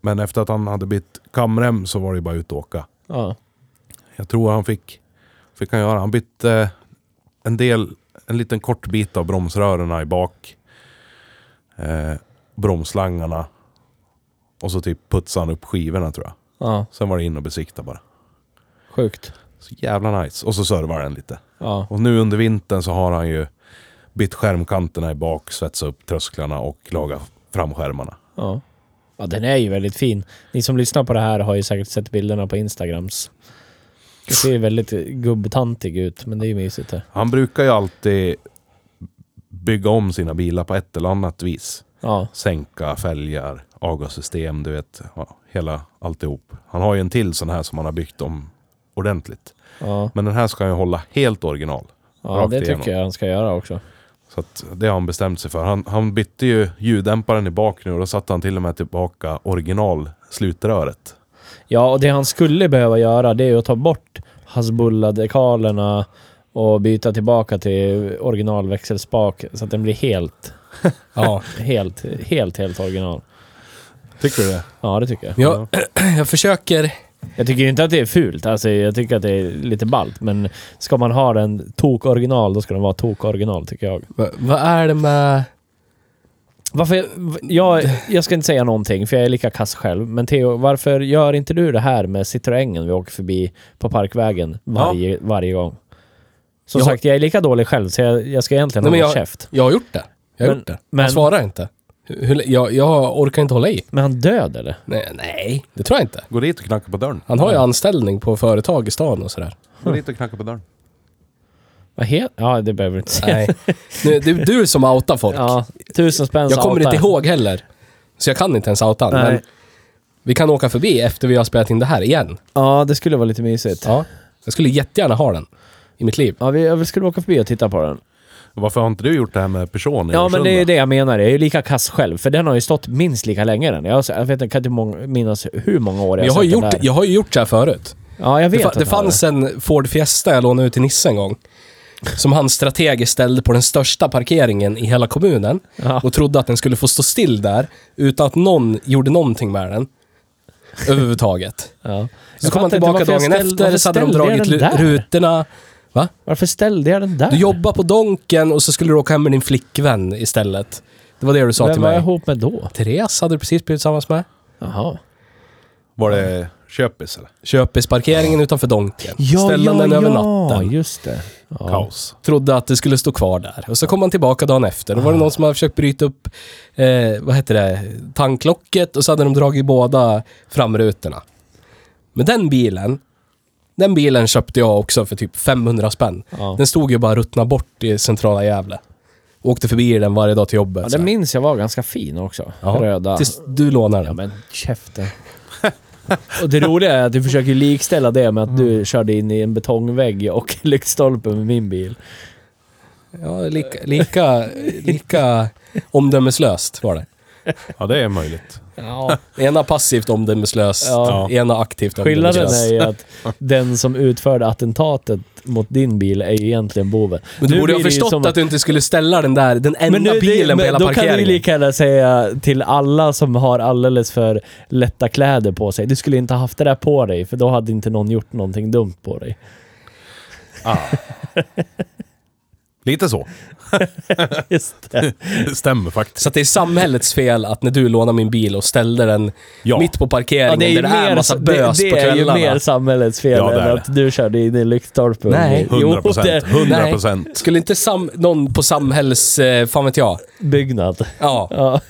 men efter att han hade bytt kamrem så var det ju bara ut och åka. Ja. Jag tror han fick, fick han göra, han bytte en del, en liten kort bit av bromsrörerna i bak. Eh, bromslangarna. Och så typ putsade han upp skivorna tror jag. Ja. Sen var det in och besikta bara. Sjukt. Så jävla nice. Och så servar den lite. Ja. Och nu under vintern så har han ju bytt skärmkanterna i bak, svetsat upp trösklarna och lagat fram skärmarna. Ja. ja. Den är ju väldigt fin. Ni som lyssnar på det här har ju säkert sett bilderna på Instagrams. Det ser ju väldigt gubbtantig ut, men det är ju mysigt det. Han brukar ju alltid bygga om sina bilar på ett eller annat vis. Ja. Sänka fälgar, avgassystem, du vet. Ja, hela alltihop. Han har ju en till sån här som han har byggt om ordentligt. Ja. Men den här ska han ju hålla helt original. Ja, Rakt det igenom. tycker jag han ska göra också. Så att det har han bestämt sig för. Han, han bytte ju ljuddämparen i bak nu och då satte han till och med tillbaka original slutröret. Ja, och det han skulle behöva göra det är ju att ta bort Hasbulla-dekalerna och byta tillbaka till originalväxelspak så att den blir helt, Ja. helt, helt, helt original. Tycker du det? Ja, det tycker jag. Jag, jag försöker... Jag tycker ju inte att det är fult. Alltså, jag tycker att det är lite ballt. Men ska man ha den tok-original, då ska den vara tok-original tycker jag. Va- Vad är det med... Varför, jag, jag, jag ska inte säga någonting, för jag är lika kass själv. Men Theo, varför gör inte du det här med Citroengen vi åker förbi på Parkvägen varje, varje gång? Som Jag- sagt, jag är lika dålig själv, så jag, jag ska egentligen Nej, men hålla jag- käft. Jag har gjort det. Jag har Men- gjort det. men- Han svarar inte. Hur, jag, jag orkar inte hålla i. Men han död eller? Nej, nej, det tror jag inte. Gå dit och knacka på dörren. Han har ju anställning på företag i stan och sådär. Gå dit och knacka på dörren. Vad het? Ja, det behöver du inte säga. Nej. Nu, det är du som outar folk. Ja, tusen spänn jag kommer outar. inte ihåg heller. Så jag kan inte ens outa han, Nej. Men vi kan åka förbi efter vi har spelat in det här igen. Ja, det skulle vara lite mysigt. Ja. Jag skulle jättegärna ha den i mitt liv. Ja, vi, jag skulle åka förbi och titta på den. Varför har inte du gjort det här med person i Ja, Årsunda? men det är ju det jag menar. Jag är ju lika kass själv, för den har ju stått minst lika länge. Den. Jag, jag vet, jag kan inte mång- minnas hur många år jag, Men jag, har sett ju den gjort, där. jag har ju gjort så här förut. Ja, jag Det, vet fa- att det den har fanns en Ford Fiesta jag lånade ut till Nisse en gång. Som han strategiskt ställde på den största parkeringen i hela kommunen. Ja. Och trodde att den skulle få stå still där utan att någon gjorde någonting med den. Överhuvudtaget. Ja. Så kom han fattar inte varför tillbaka jag dagen ställ- efter, varför så hade de ställde jag dragit den lu- där? rutorna. Va? Varför ställde jag den där? Du jobbar på Donken och så skulle du åka hem med din flickvän istället. Det var det du sa Vem till var jag mig. ihop med då? Therese hade du precis blivit tillsammans med. Jaha. Var det Köpis eller? Köpisparkeringen utanför Donken. Ställde den över natten. just det. Ja. Kaos. Trodde att det skulle stå kvar där. Och så kom han tillbaka dagen efter. Då var Ah. det någon som hade försökt bryta upp, eh, vad heter det, tanklocket och så hade de dragit båda framrutorna. Men den bilen, den bilen köpte jag också för typ 500 spänn. Ja. Den stod ju bara och ruttna bort i centrala Gävle. Åkte förbi den varje dag till jobbet. Ja, så här. den minns jag var ganska fin också. Ja, Röda. Tills du lånar den. Ja, men käften. Och det roliga är att du försöker likställa det med att Mm. du körde in i en betongvägg och lyktstolpe med min bil. Ja, lika, lika, lika omdömeslöst var det. Ja, det är möjligt. Ja. Ena passivt omdömeslöst, Ja. ena aktivt Skillnaden omdömeslöst. är ju att den som utförde attentatet mot din bil är ju egentligen boven. Men du Nu borde ha blir det ju förstått som att du inte skulle ställa den där, den enda Men nu, bilen det, på men hela då kan du parkeringen. lika gärna säga till alla som har alldeles för lätta kläder på sig. Du skulle inte ha haft det där på dig, för då hade inte någon gjort någonting dumt på dig. Ah. Lite så. Just det. Det stämmer faktiskt. Så att det är samhällets fel att när du lånade min bil och ställde den Ja. mitt på parkeringen Ja, det är ju där det är mer, massa sa- det, bös det på är ju kvällarna. mer samhällets fel Ja, det är än det. att du körde in i lyktstolpen. Nej. Jo, 100 det- procent. 100 procent. Skulle inte sam- någon på samhälls... Eh, fan vet jag. Byggnad. Ja. Ja.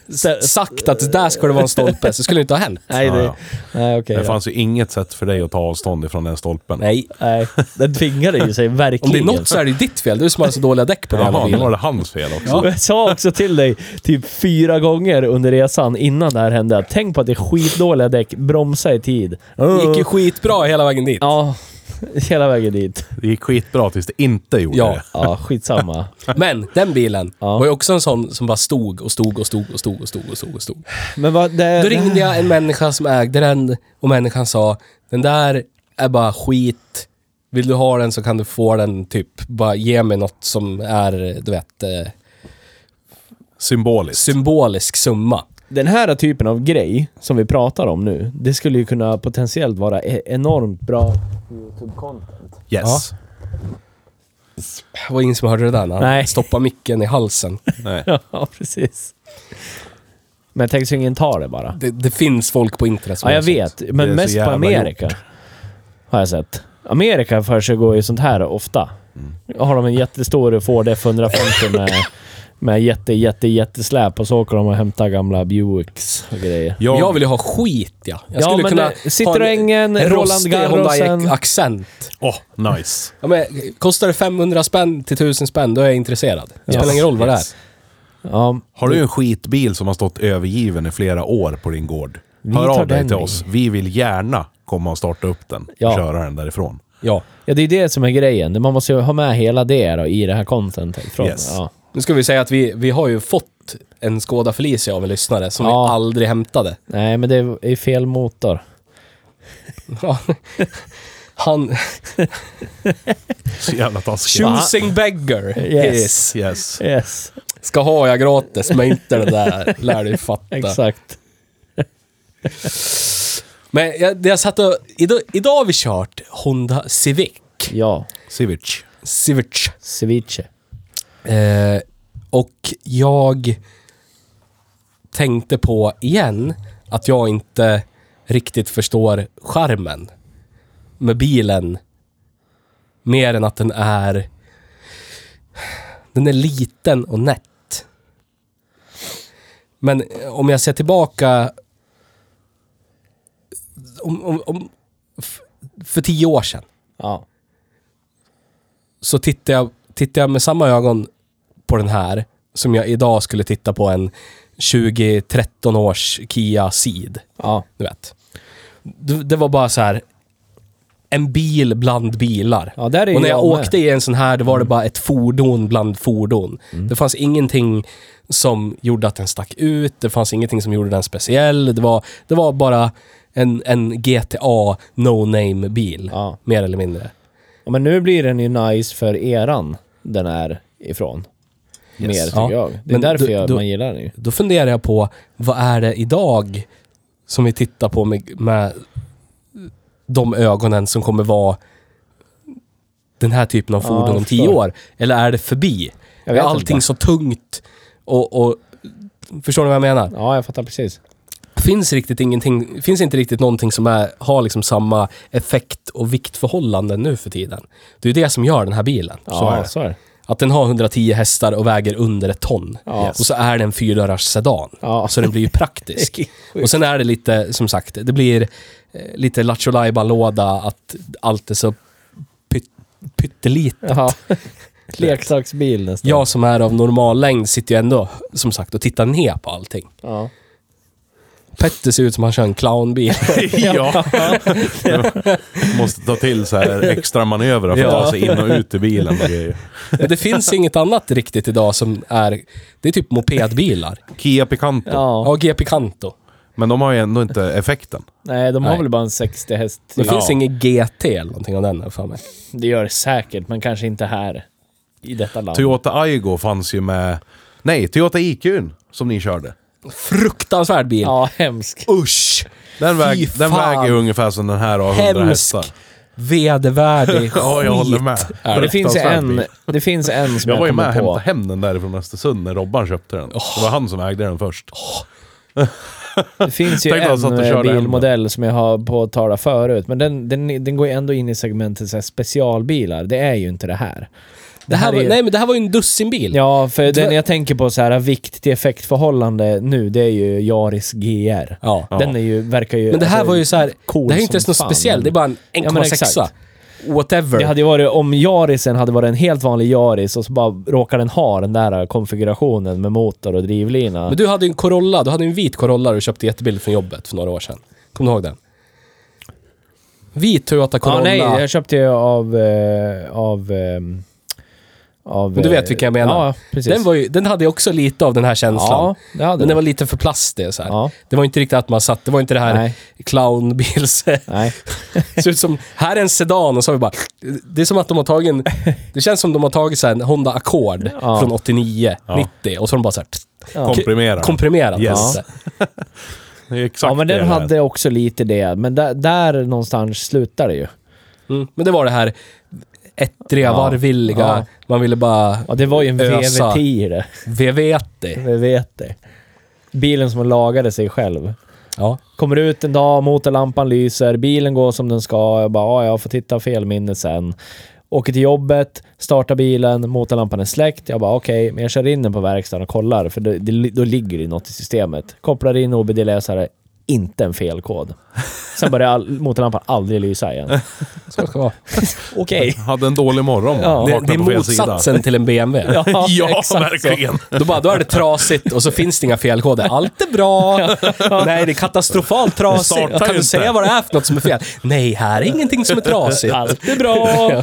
Sagt att där ska det vara en stolpe, så skulle det inte ha hänt. Nej, det, Ja, ja. nej okej. Det då. fanns ju inget sätt för dig att ta avstånd ifrån den stolpen. Nej. Nej, den tvingade ju sig verkligen. Om det är något så är det ju ditt fel. Du som har så dåliga däck på den Jaha, här nu var bilen. det hans fel också. Och Jag sa också till dig typ fyra gånger under resan innan det här hände att tänk på att det är skitdåliga däck, bromsa i tid. Det gick ju skitbra hela vägen dit. Ja, hela vägen dit. Det gick skitbra tills det inte gjorde Ja. det. Ja, skitsamma. Men den bilen Ja. var ju också en sån som bara stod och stod och stod och stod och stod och stod. Och stod. Men vad, det, Då ringde jag en människa som ägde den och människan sa den där är bara skit. Vill du ha den så kan du få den typ, bara ge mig något som är, du vet, eh, Symboliskt. symbolisk summa. Den här typen av grej som vi pratar om nu, det skulle ju kunna potentiellt vara e- enormt bra YouTube-content. yes. Det var ingen som hörde det där när han Nej. stoppade micken i halsen. Nej. Ja, precis. Men tänk så ingen tar det bara. Det, det finns folk på internet som Ja, gör jag sånt. vet. Det är Men så mest på jävla Amerika. Har jag sett. Amerika försiggår ju sånt här ofta. Mm. Har de en jättestor Ford F150 med, med jätte, jätte, jättesläp och så åker de och hämtar gamla Buicks och grejer. Jag, Jag, vill ju ha skit, ja. Jag Ja, skulle men kunna det- Citroengen, ha en, en Roland rostig Garrosen. Hyundai-accent. Åh, nice. Ja, men, kostar det 500 spänn till 1000 spänn, då är jag intresserad. Det spelar Yes. ingen roll vad det är. Ja, Har du en skitbil som har stått övergiven i flera år på din gård? Hör tar av dig den till vi. oss. Vi vill gärna komma och starta upp den och Ja. köra den därifrån. Ja. ja, det är det som är grejen. Man måste ju ha med hela det då, i det här contentet. Från, Yes. ja. Nu ska vi säga att vi, vi har ju fått en Skoda Felicia av en lyssnare som Ja. vi aldrig hämtade. Nej, men det är ju fel motor. Ja. Han... Så jävla taskigt. Choosing beggar Yes. is- Yes. Yes, ska ha jag gratis, men inte det där lär du fatta. exakt. Men jag, det jag satt och, idag, idag har vi kört Honda Civic. Ja, Civic. Civic. ceviche. Eh, och jag tänkte på igen att jag inte riktigt förstår skärmen med bilen. Mer än att den är... Den är liten och nätt. Men eh, om jag ser tillbaka... Om, om, om, f- för tio år sedan Ja. så tittar jag, tittar jag med samma ögon på den här som jag idag skulle titta på en 2013 års Kia Ceed. ja. Du vet. Det, det var bara så här en bil bland bilar. Ja, där är och när jag, jag med. Mm. åkte i en sån här, då var det bara ett fordon bland fordon. Det fanns ingenting som gjorde att den stack ut, det fanns ingenting som gjorde den speciell. Det var, det var bara en, en GTA no-name-bil, Ja. mer eller mindre. Ja, men nu blir den ju nice för eran den är ifrån. Mer tycker Ja. jag. Det är Men därför du- jag, du- man gillar den ju. Då funderar jag på, vad är det idag som vi tittar på med, med de ögonen som kommer vara den här typen av Ja, fordon jag om tio förstår. år? Eller är det förbi? Jag är vet allting inte. så tungt och, och... Förstår ni vad jag menar? Ja, jag fattar precis. Finns riktigt ingenting, finns inte riktigt någonting som är, har liksom samma effekt och viktförhållanden nu för tiden. Det är ju det som gör den här bilen. Ja, Så är det. så är det. Att den har 110 hästar och väger under ett ton. Ja. Och så är det en fyrdörrars sedan. Ja. Så den blir ju praktisk. och sen är det lite, som sagt, det blir eh, lite Lattjo låda att allt är så pyt, pyttelitet. Ja. Leksaksbil nästan. Jag som är av normal längd sitter ju ändå, som sagt, och tittar ner på allting. Ja. Petter ser ut som han kör en clownbil. ja. Måste ta till så här extra manövrar för att Ja. ta sig in och ut i bilen och grejer. Men det finns inget annat riktigt idag som är... Det är typ mopedbilar. Kia Picanto. Ja, ja. GP Canto. Men de har ju ändå inte effekten. Nej, de Nej. har väl bara en 60 häst. Det till. finns ingen GT eller någonting av den här för mig. Det gör det säkert, men kanske inte här. I detta land. Toyota Aygo fanns ju med... Nej, Toyota IQ'n som ni körde. Fruktansvärd bil. Ja, hemsk. Usch! Den, Fy väg, den fan. väger ju ungefär som den här och 100 Hemsk. hästar. Vedervärdig Ja, jag håller med. skit Men är det, det. finns ju fruktansvärt en, bil. det finns en som Jag jag, var ju med och kommer hämtade på. hem den därifrån Östersund när Robban köpte den. Det var han som ägde den först. Det finns ju Tänk om han satt och körde en eh, hem den. bilmodell som jag har påtalat förut, men den, den, den går ju ändå in i segmentet så här specialbilar. Det är ju inte det här. Det här är var, ju- nej, men det här var ju en dussinbil. Ja, för Det- den jag tänker på så här vikt till effektförhållande nu, det är ju Yaris GR. Ja. Den är ju, verkar ju... Men det här alltså, var ju så här, cool det här är som inte ens något fan, speciellt, det men- är bara en 1,6. Ja, men exakt. Whatever. Det hade ju varit om Yarisen hade varit en helt vanlig Yaris och så bara råkar den ha den där konfigurationen med motor och drivlina. Men du hade ju en Corolla, du hade ju en vit Corolla du köpte jättebillig från jobbet för några år sedan. Kommer du ihåg den? Vit Toyota Corolla. Ja, nej, jag köpte ju av... Eh, av, eh, av Men du vet eh, vilken jag menar. Ja, precis. den, var ju, den hade ju också lite av den här känslan. Ja, det hade men den den. var lite för plastig så här. Ja. Det var inte riktigt att man satt, det var inte det här Nej. clownbils... Nej. Det ser ut som, här är en sedan och så har vi bara... Det är som att de har tagit en... Det känns som de har tagit så här en Honda Accord Ja. från 89, 90 och så har de bara så här, Komprimerad. komprimerat. Yes. alltså. Det är exakt Ja, men det den det är. hade också lite det. Men där, där någonstans slutar det ju. Mm. Men det var det här ettriga, Ja. varvilliga. Ja. Man ville bara... Ja, det var ju en Ösa. VVT i det. Vi vet det. Vi vet det. Bilen som lagade sig själv. Ja. Kommer ut en dag, motorlampan lyser, bilen går som den ska. Jag bara, "Ah, jag får titta felminne sen. Åker till jobbet, startar bilen, motorlampan är släckt. Jag bara, okej, men jag kör in den på verkstaden och kollar, för det, det, då ligger det något i systemet. Kopplar in OBD-läsare, inte en felkod. Sen börjar all, motorlampan aldrig lysa igen. Så det ska vara. Okej. Hade en dålig morgon. Ja. Det, Vaknade det är på fel sida. motsatsen till en BMW. Ja, Ja, exakt så. verkligen. Då, bara, då är det trasigt och så finns det inga felkoder. Allt är bra. Nej, det är katastrofalt trasigt. startar Kan ju du inte. säga vad det är för något som är fel? Nej, här är ingenting som är trasigt. Allt är bra!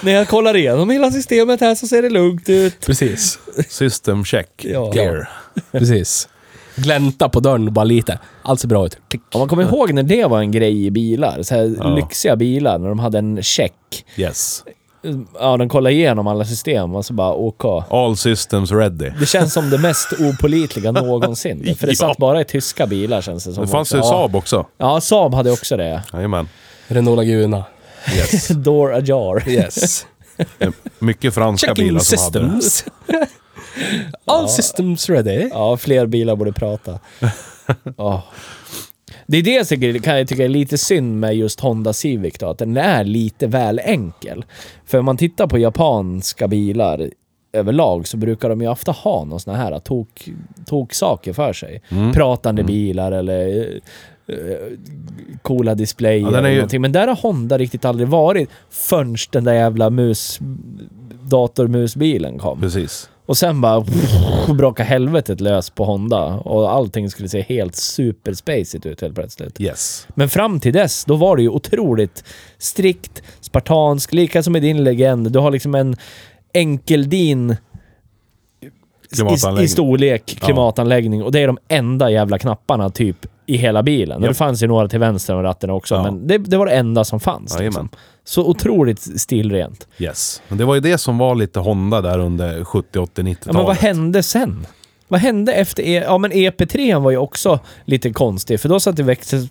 När jag kollar igenom hela systemet här så ser det lugnt ut. Precis. System check. Ja. Here. Precis. Glänta på dörren bara lite. Allt ser bra ut. Klick. Om man kommer ihåg när det var en grej i bilar, så här Ja. lyxiga bilar, när de hade en check. Yes. Ja, de kollade igenom alla system och så bara OK. All systems ready. Det känns som det mest opolitliga någonsin. För det Ja. satt bara i tyska bilar känns det som. Det fanns också. ju ja. Saab också. Ja, Saab hade också det. Jajamän. Renault Laguna. Yes. Door ajar. Yes. Mycket franska bilar Checking som hade det. systems. All systems ready. Ja, fler bilar borde prata. Ja. Det är det jag tycker, kan jag tycka är lite synd med just Honda Civic då, att den är lite väl enkel. För om man tittar på japanska bilar överlag så brukar de ju ofta ha någon sån här tok, tok saker för sig. Mm. Pratande bilar eller eh, coola displayer Ja, den är eller ju- någonting. Men där har Honda riktigt aldrig varit förrän den där jävla mus, datormusbilen kom. Precis. Och sen bara pff, braka helvetet lös på Honda och allting skulle se helt superspacigt ut helt plötsligt. Yes. Men fram till dess, då var det ju otroligt strikt, spartansk, lika som i din legend. Du har liksom en enkeldin i, i Klimatanläggning. storlek klimatanläggning och det är de enda jävla knapparna typ i hela bilen. Och Ja. Det fanns ju några till vänster om ratten också, Ja. men det, det var det enda som fanns. liksom. Jajamän. Så otroligt stilrent. Yes. Men det var ju det som var lite Honda där under 70, 80, 90-talet. Ja, men vad hände sen? Vad hände efter e Ja, men EP3 var ju också lite konstig, för då satte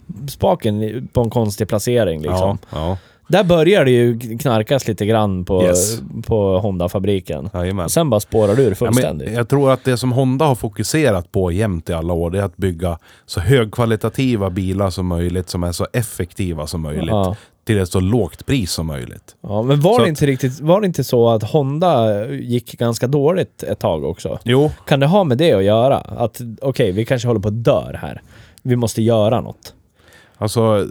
växelspaken i- på en konstig placering. Liksom. Ja, Där började det ju knarkas lite grann på, Yes. på Honda-fabriken. ja. Jajamän. Sen bara spårar du ur Ja, men fullständigt. jag tror att det som Honda har fokuserat på jämt i alla år, det är att bygga så högkvalitativa bilar som möjligt, som är så effektiva som möjligt, Ja. till ett så lågt pris som möjligt. Ja, men var Så det, att- inte riktigt, var det inte så att Honda gick ganska dåligt ett tag också? Jo, Kan det ha med det att göra? Att okej, vi kanske håller på att dör här. Vi måste göra något. Alltså,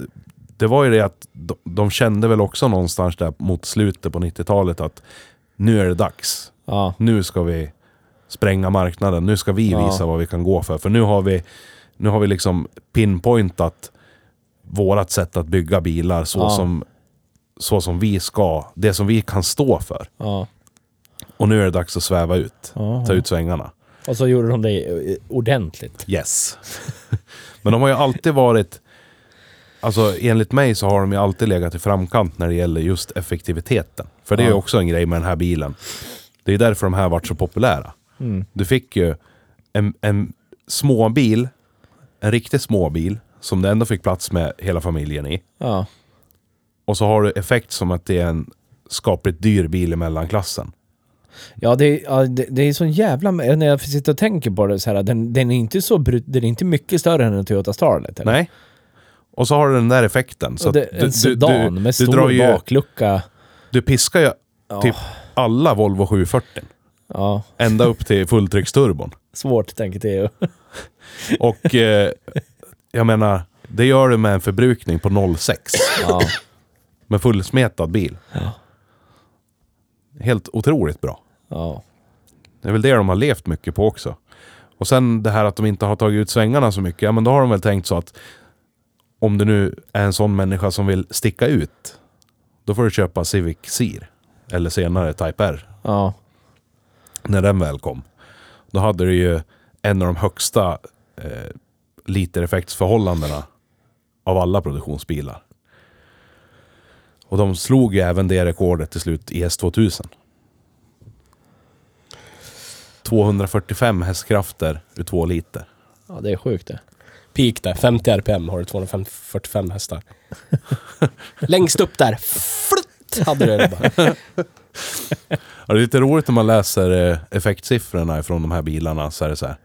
det var ju det att de, de kände väl också någonstans där mot slutet på 90-talet att nu är det dags. Ja, Nu ska vi spränga marknaden. Nu ska vi Ja. visa vad vi kan gå för. För nu har vi, nu har vi liksom pinpointat vårat sätt att bygga bilar så, Ja. som, så som vi ska. Det som vi kan stå för. ja. Och nu är det dags att sväva ut. Ja. Ta ut svängarna. Och så gjorde de det eh, ordentligt. Yes. Men de har ju alltid varit... Alltså enligt mig så har de ju alltid legat i framkant när det gäller just effektiviteten. För det är ju Ja. också en grej med den här bilen. Det är därför de här vart så populära. Mm. Du fick ju en, en småbil, en riktig småbil, som du ändå fick plats med hela familjen i. Ja. Och så har du effekt som att det är en skapligt dyr bil i mellanklassen. Ja, det, är- ja, det, det är sån jävla... När jag sitter och tänker på det så här, den, den är inte så brut, den är inte mycket större än en Toyota Starlet. Eller? Nej. Och så har du den där effekten. Så Och det, att en sedan med du, drar stor ju, baklucka. du piskar ju typ alla Volvo 740. Ja, Ända upp till fulltrycksturbon. svårt tänker Theo. Och eh, jag menar, det gör du med en förbrukning på 0,6. Ja. Med fullsmetad bil. Helt otroligt bra. ja. Det är väl det de har levt mycket på också. Och sen det här att de inte har tagit ut svängarna så mycket. Ja, men då har de väl tänkt så att om du nu är en sån människa som vill sticka ut, då får du köpa Civic Sear. Eller senare Type R, Ja. när den väl kom. Då hade du ju en av de högsta eh, litereffektsförhållandena av alla produktionsbilar. Och de slog ju även det rekordet till slut i S2000. 245 hästkrafter ur två liter. ja, det är sjukt det. Peak där, 50 RPM har du 245 hästar. Längst upp där, flutt, hade du det bara. Ja, det är lite roligt när man läser eh, effektsiffrorna från de här bilarna. Så är det så här.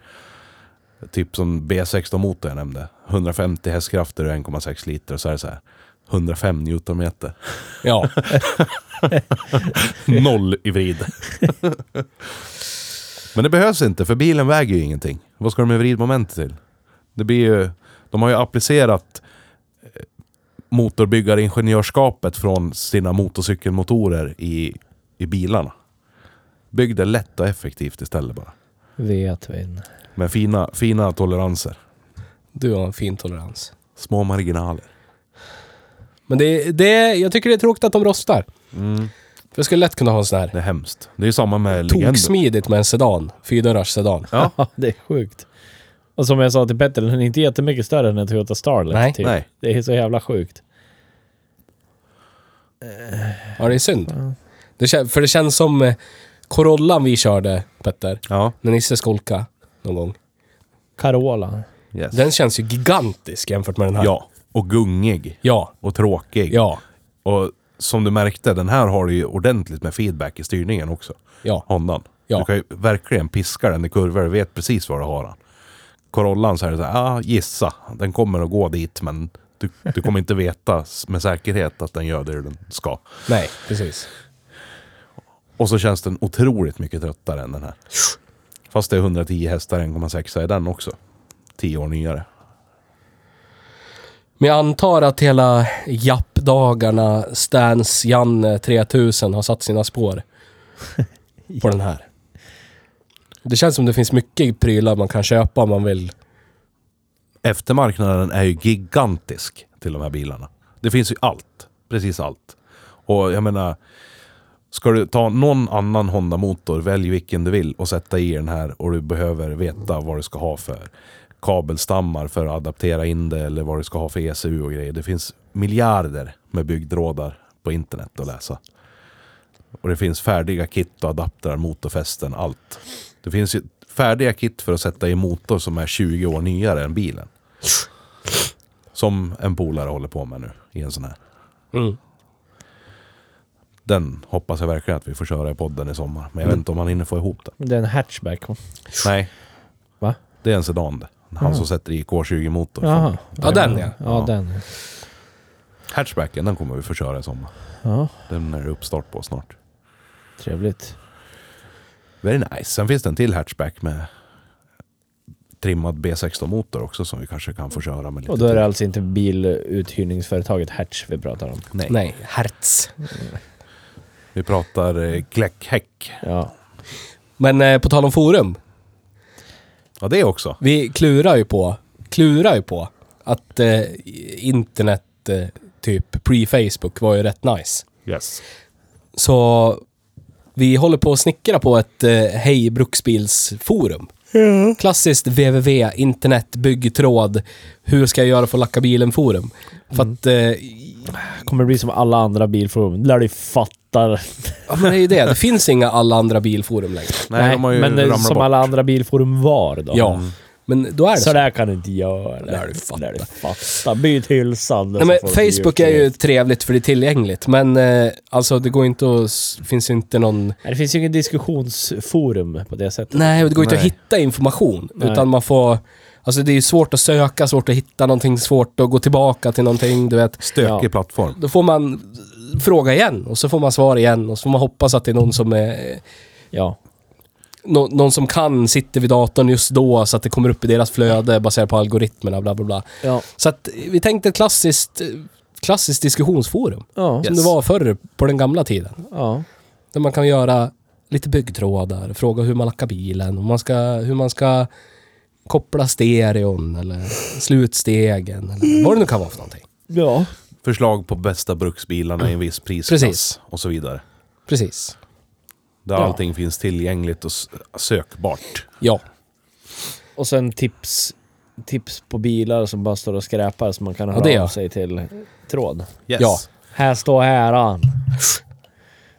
Typ som B16-motor jag nämnde. 150 hästkrafter och 1,6 liter. Och så är det så här. 105 newtonmeter. Ja, Noll i vrid. Men det behövs inte, för bilen väger ju ingenting. Vad ska de med vridmoment till? Det blir ju, de har ju applicerat eh, motorbyggaringenjörskapet från sina motorcykelmotorer i, i bilarna. Bygg det lätt och effektivt istället bara. Vet vi inte. Med fina, fina toleranser. du har en fin tolerans. Små marginaler. Men det, det, jag tycker det är tråkigt att de rostar. Mm. För jag skulle lätt kunna ha en sån här Det är hemskt. Det är ju samma med legender. toksmidigt med en sedan. Fyrdörrars sedan. Ja. Ja, det är sjukt. Och som jag sa till Petter, den är inte jättemycket större än en Toyota Starlet. Nej. typ. Nej. Det är så jävla sjukt. Ja, det är synd. Det, kän- för det känns som eh, Corollan vi körde, Petter, Ja, när Nisse skolka någon gång. Carola. yes. Den känns ju gigantisk jämfört med den här. ja. Och gungig. Ja. Och tråkig. Ja. Och som du märkte, den här har du ju ordentligt med feedback i styrningen också. Ja. Hondan. Ja. Du kan ju verkligen piska den i kurvor, du vet precis var du har den. Corollan så är det så här, ah, gissa. Den kommer att gå dit, men du, du kommer inte veta s- med säkerhet att den gör det den ska. Nej, precis. Och så känns den otroligt mycket tröttare än den här. Fast det är 110 hästar, 1,6 i den också. 10 år nyare. Men jag antar att hela Japp-dagarna, Stans Janne 3000 har satt sina spår på den här. Det känns som det finns mycket prylar man kan köpa om man vill. eftermarknaden är ju gigantisk till de här bilarna. Det finns ju allt. Precis allt. Och jag menar, ska du ta någon annan Honda-motor, välj vilken du vill och sätta i den här och du behöver veta vad du ska ha för kabelstammar för att adaptera in det eller vad du ska ha för ECU och grejer. Det finns miljarder med byggdrådar på internet att läsa. Och det finns färdiga kit och adaptrar, motorfästen, allt. Det finns ju färdiga kit för att sätta i motor som är 20 år nyare än bilen. Som en polare håller på med nu i en sån här. Den hoppas jag verkligen att vi får köra i podden i sommar. Mm. Men jag vet inte om han hinner få ihop den. Det är en hatchback. Nej, Va? det är en sedan det. Han som sätter i K20-motor. Mm. Jaha. Ja, den ja. Ja, den. Hatchbacken, den kommer vi få köra i sommar. Ja, Den är det uppstart på snart. trevligt. Very nice. Sen finns det en till hatchback med trimmad B16-motor också som vi kanske kan få köra med lite Och då är det tid. alltså inte biluthyrningsföretaget Hertz vi pratar om. Nej. Nej, hertz. Vi pratar eh, kläckhäck. Ja. Men eh, på tal om forum. Ja, det också. Vi klurar ju på, klurar ju på att eh, internet, eh, typ pre-Facebook, var ju rätt nice. Yes. Så vi håller på att snickra på ett eh, Hej Bruksbilsforum. Klassiskt www, internet, byggtråd, hur ska jag göra för att lacka bilen forum. För att, eh, Kommer bli som alla andra bilforum. Lär dig fatta. ja men det är ju det, det finns inga alla andra bilforum längre. Nej, de har ju men det är ramlat som bort. alla andra bilforum var då. Ja, Men då är det så. Så där kan du inte göra. Lär du fatta. Lär du fatta. Byt hylsan. Nej, men Facebook är ju trevligt för det är tillgängligt, men eh, alltså det går inte att... s- finns ju inte någon... Nej, det finns ju ingen diskussionsforum på det sättet. Nej, och det går inte att Nej. hitta information. Nej. Utan man får... Alltså det är ju svårt att söka, svårt att hitta någonting, svårt att gå tillbaka till någonting, du vet. Stökig Ja. plattform. Då får man fråga igen och så får man svar igen och så får man hoppas att det är någon som är... Ja. Nå, någon som kan sitter vid datorn just då så att det kommer upp i deras flöde baserat på algoritmerna, bla bla bla. Ja. Så att eh, vi tänkte ett klassiskt, eh, klassiskt diskussionsforum. Ja. Som det var förr, på den gamla tiden. ja. Där man kan göra lite byggtrådar, fråga hur man lackar bilen, om man ska, hur man ska koppla stereon eller slutstegen eller vad det nu kan vara för någonting. ja. Förslag på bästa bruksbilarna i en viss prisklass Precis. och så vidare. Precis. Där Ja. allting finns tillgängligt och s- sökbart. Ja. Och sen tips, tips på bilar som bara står och skräpar som man kan höra det ja. av sig till tråd. Yes. Ja. Här står häran.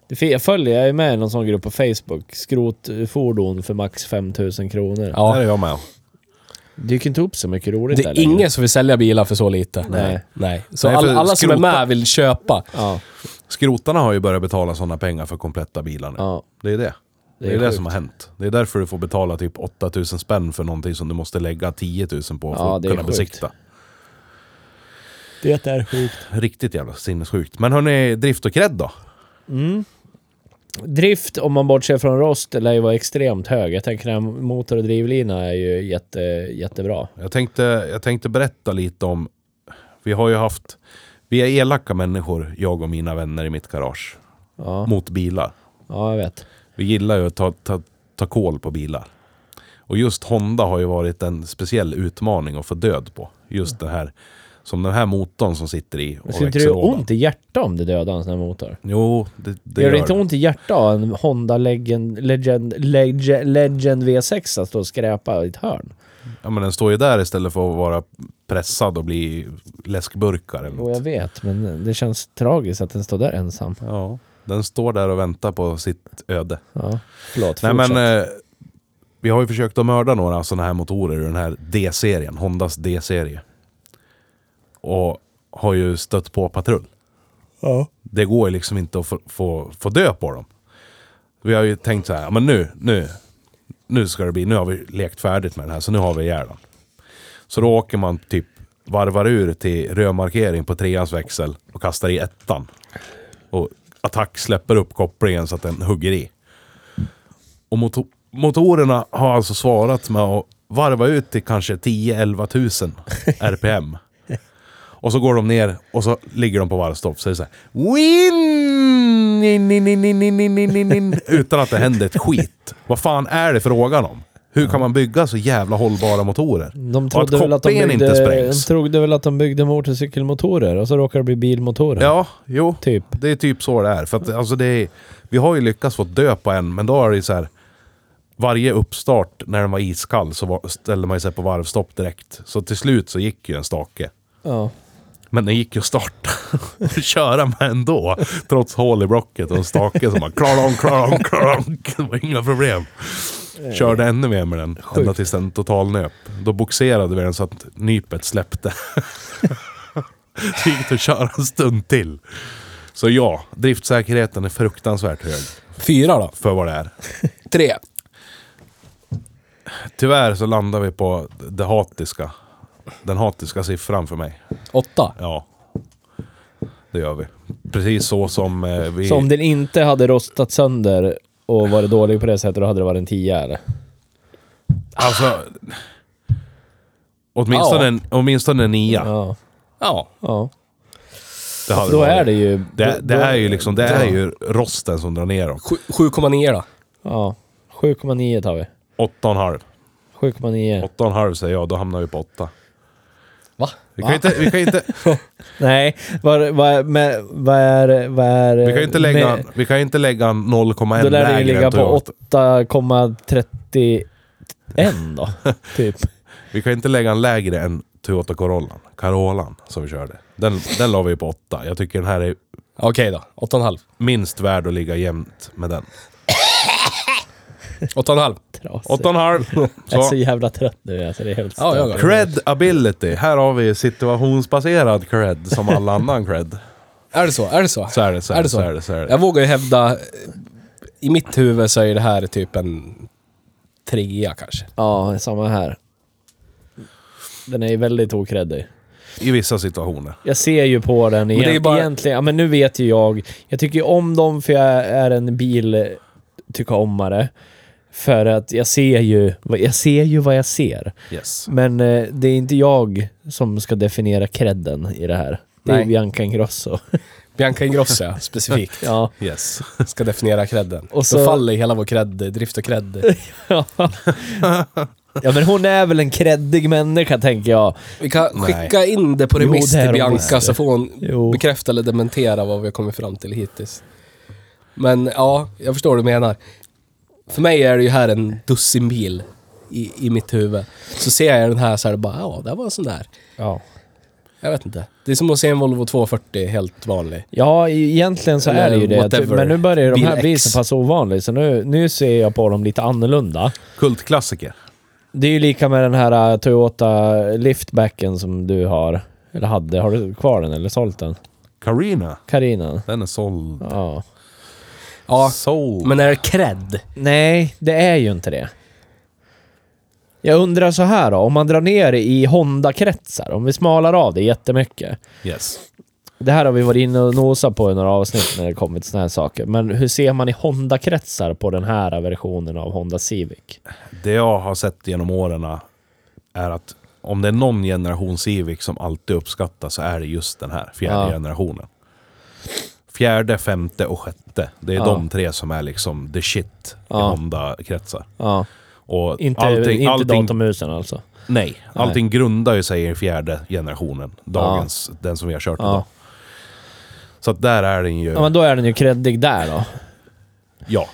Det fi- Jag följer, jag är med i någon sån grupp på Facebook. Skrotfordon för max 5000 kronor. Där ja. är jag med. Dyker inte upp så mycket roligt Det där är längre. ingen som vill sälja bilar för så lite. Nej. Nej. Så Nej, för alla, alla som är skrota- med vill köpa. Ja, Skrotarna har ju börjat betala sådana pengar för kompletta bilar nu. ja. Det är det. Det är det, är sjukt. som har hänt. Det är därför du får betala typ 8000 spänn för någonting som du måste lägga 10 000 på för Ja, att det är kunna sjukt. besikta. Det är sjukt. Riktigt jävla sinnessjukt. Men hörni, drift och cred då? Drift, om man bortser från rost, lär ju vara extremt hög. Jag tänker att motor och drivlina är ju jätte, jättebra. Jag tänkte, jag tänkte berätta lite om... Vi har ju haft... Vi är elaka människor, jag och mina vänner i mitt garage. Ja, Mot bilar. ja jag vet. Vi gillar ju att ta, ta, ta koll på bilar. Och just Honda har ju varit en speciell utmaning att få död på. Just det här, som den här motorn som sitter i Men och skulle inte det göra växellådan. ont i hjärtat om du dödade en sån här motor? Jo, det, det gör gör det inte ont i hjärtat att ha en Honda Legend, Legend, Legend, Legend V6 att stå och skräpa i ett hörn? Ja, men den står ju där istället för att vara pressad och bli läskburkar eller Jo, jag något. vet, men det känns tragiskt att den står där ensam. Ja, den står där och väntar på sitt öde. Ja, förlåt. Nej, fortsätt. men, eh, vi har ju försökt att mörda några sådana här motorer ur den här D-serien, Hondas D-serie. Och har ju stött på patrull. Det går ju liksom inte att få, få, få dö på dem. Vi har ju tänkt så här, "Ja, men nu, nu, nu ska det bli, nu har vi lekt färdigt med den här, så nu har vi ihjäl den. Så då åker man typ, varvar ur till rödmarkering på treans växel och kastar i ettan. Och attack släpper upp kopplingen så att den hugger i. Och moto- motorerna har alltså svarat med att varva ut till kanske 10-11 tusen RPM. Och så går de ner och så ligger de på varvstopp. Så är det så här. Win! In, in, in, in, in, in, in, in, in. Utan att det händer ett skit. Vad fan är det frågan om? Hur kan man bygga så jävla hållbara motorer? De och att trodde, väl att de, kopplingen byggde, inte de sprängs. trodde väl att de byggde motorcykelmotorer och så råkade det bli bilmotorer. Ja, jo. Typ. Det är typ så det är. För att, alltså, det är vi har ju lyckats få dö på en, men då är det ju så här. Varje uppstart när den var iskall så var, ställde man ju sig på varvstopp direkt. Så till slut så gick ju en stake. Ja. Men den gick ju att starta och köra med ändå. Trots hål i blocket och en stake som bara klar om, klar om, klar om. Det var inga problem. Körde ännu mer med den. Ända tills den totalnöp. Då boxerade vi den så att nypet släppte. Det gick att köra en stund till. Så ja, driftsäkerheten är fruktansvärt hög Fyra då? för vad det är. Tre. Tyvärr så landar vi på det hatiska. Den hatiska siffran för mig. Åtta. Ja. Det gör vi. Precis så som eh, vi... Så om den inte hade rostat sönder och varit dålig på det sättet, då hade det varit en 10 eller? Alltså... Åtminstone, Ja. en, åtminstone en nia. Ja. Ja. ja. Det hade Då varit. är det ju... Det, då- det är ju liksom, det är Ja. ju rosten som drar ner dem. Sju- 7,9 då? Ja. 7,9 tar vi. 8,5. 7,9. 8,5 säger jag, då hamnar vi på 8. Va? Vi kan ju inte, vi kan ju inte, Nej, vad, vad, men, vad är... Vad är vi kan ju inte lägga, nej, vi kan ju inte lägga en 0,1 Då lär det lägre ju ligga än på Toyota. 8,31 då. typ. Vi kan ju inte lägga en lägre än Toyota Corollan. Carolan som vi körde. Den, den la vi på 8. Jag tycker den här är Okej då. Åtta och en halv. minst värd att ligga jämnt med den. Åtta och en halv. Trasig. Åtta och en halv. Jag är så Så. jävla trött nu alltså, det är helt Ja, jag stört. går. Cred-ability. Här har vi situationsbaserad cred som all annan cred. Är det så? Är det så? Så är det, så är det, så är det. Så är Jag det. vågar ju hävda, eh, i mitt huvud så är det här typ en trea kanske. Ja, samma här. Den är ju väldigt okreddig. I vissa situationer. Jag ser ju på den det är egent- ju bara- egentligen. Ja, men nu vet ju jag. Jag tycker ju om dem för jag är en bil tycka ommare. För att jag ser ju, vad- jag ser ju vad jag ser. Yes. Men eh, det är inte jag som ska definiera credden i det här. Det är Nej. ju Bianca Ingrosso. Bianca Ingrosso ja, specifikt ja. Yes. ska definiera credden. Och Och så- så faller hela vår cred, drift och cred. ja, men hon är väl en creddig människa tänker jag. Vi kan Nej. skicka in det på Jo, remiss det är till de Bianca visst. så får hon Jo. bekräfta eller dementera vad vi har kommit fram till hittills. Men ja, jag förstår vad du menar. För mig är det ju här en dussinbil i, i mitt huvud. Så ser jag den här så här bara, ja, det här var en sån där. Ja. Jag vet inte. Det är som att se en Volvo 240 helt vanlig. Ja, e- egentligen så Eller är det ju det. typ. whatever. Men nu börjar de Bil här bli X. så pass ovanliga, så nu, nu ser jag på dem lite annorlunda. Kultklassiker. Det är ju lika med den här eh, Toyota liftbacken som du har. Eller hade. Har du kvar den eller sålt den? Carina. Carina? Den är såld. Ja. Ja, Sold. men är det cred? Nej, det är ju inte det. Jag undrar så här då, om man drar ner det i Honda-kretsar, om vi smalar av det jättemycket. Yes. Det här har vi varit inne och nosat på i några avsnitt när det kommit såna här saker. Men hur ser man i Honda-kretsar på den här versionen av Honda Civic? Det jag har sett genom åren är att om det är någon generation Civic som alltid uppskattas så är det just den här fjärde Ja. generationen. Fjärde, femte och sjätte. Det är Ja. de tre som är liksom the shit Ja. i Honda-kretsar. Ja. Och Inte, allting, inte allting, datormusen alltså. nej, allting grundar ju sig i fjärde generationen. Dagens, den som vi har kört Ja. idag. Så att där är den ju... Ja, men då är den ju creddig där då. Eh, ja.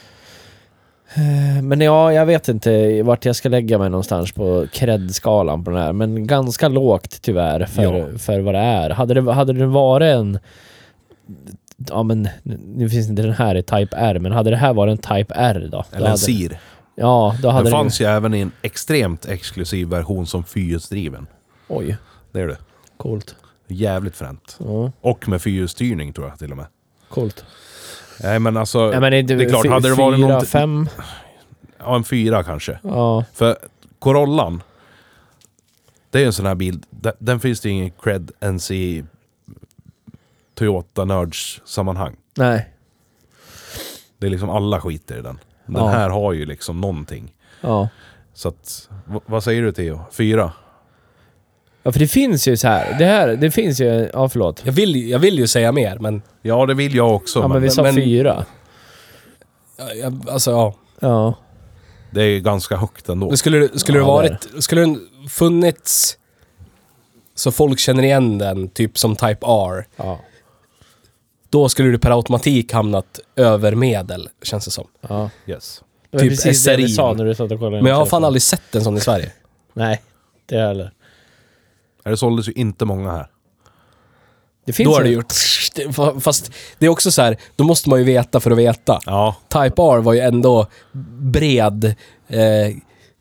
Men ja, jag vet inte vart jag ska lägga mig någonstans på cred-skalan på den här. Men ganska lågt tyvärr för, Ja. för vad det är. Hade det, hade det varit en... Ja men, nu finns inte den här i Type R, men hade det här varit en Type R då? då Eller en hade, SIR. Ja, då hade Den det... fanns ju även i en extremt exklusiv version som fyrhjulsdriven. Oj, Det är det. coolt. Jävligt fränt. Ja, Och med fyrhjulsstyrning tror jag till och med. coolt. Nej men alltså, Nej men inte... det är klart, fy- hade det varit fyra, någon- fem? ja, en fyra kanske. Ja. För Corollan, det är ju en sån här bil, den, den finns det ju ingen cred ens i Toyota Nerds sammanhang. Nej. Det är liksom alla skiter i den. Den Ja. här har ju liksom någonting. Ja. Så att, v- vad säger du Theo? Fyra? Ja för det finns ju så här. Det här, det finns ju... Ja förlåt. Jag vill, ju- jag vill ju säga mer, men Ja det vill jag också Ja men men vi sa men- fyra. ja, jag, alltså ja. Ja. det är ju ganska högt ändå. Men skulle, det- skulle det Ja, varit... Skulle den funnits så folk känner igen den, typ som Type R, Ja. då skulle du per automatik hamnat över medel, känns det som. Ja. Yes. Det var Typ precis det vi SRI. sa när du satt och kollade. Men jag har fan telefonen. aldrig sett en sån i Sverige. Nej, det har jag aldrig. Det såldes ju inte många här. Det finns då har en- det gjort... Fast det är också så här, då måste man ju veta för att veta. Ja. Type R var ju ändå bred eh,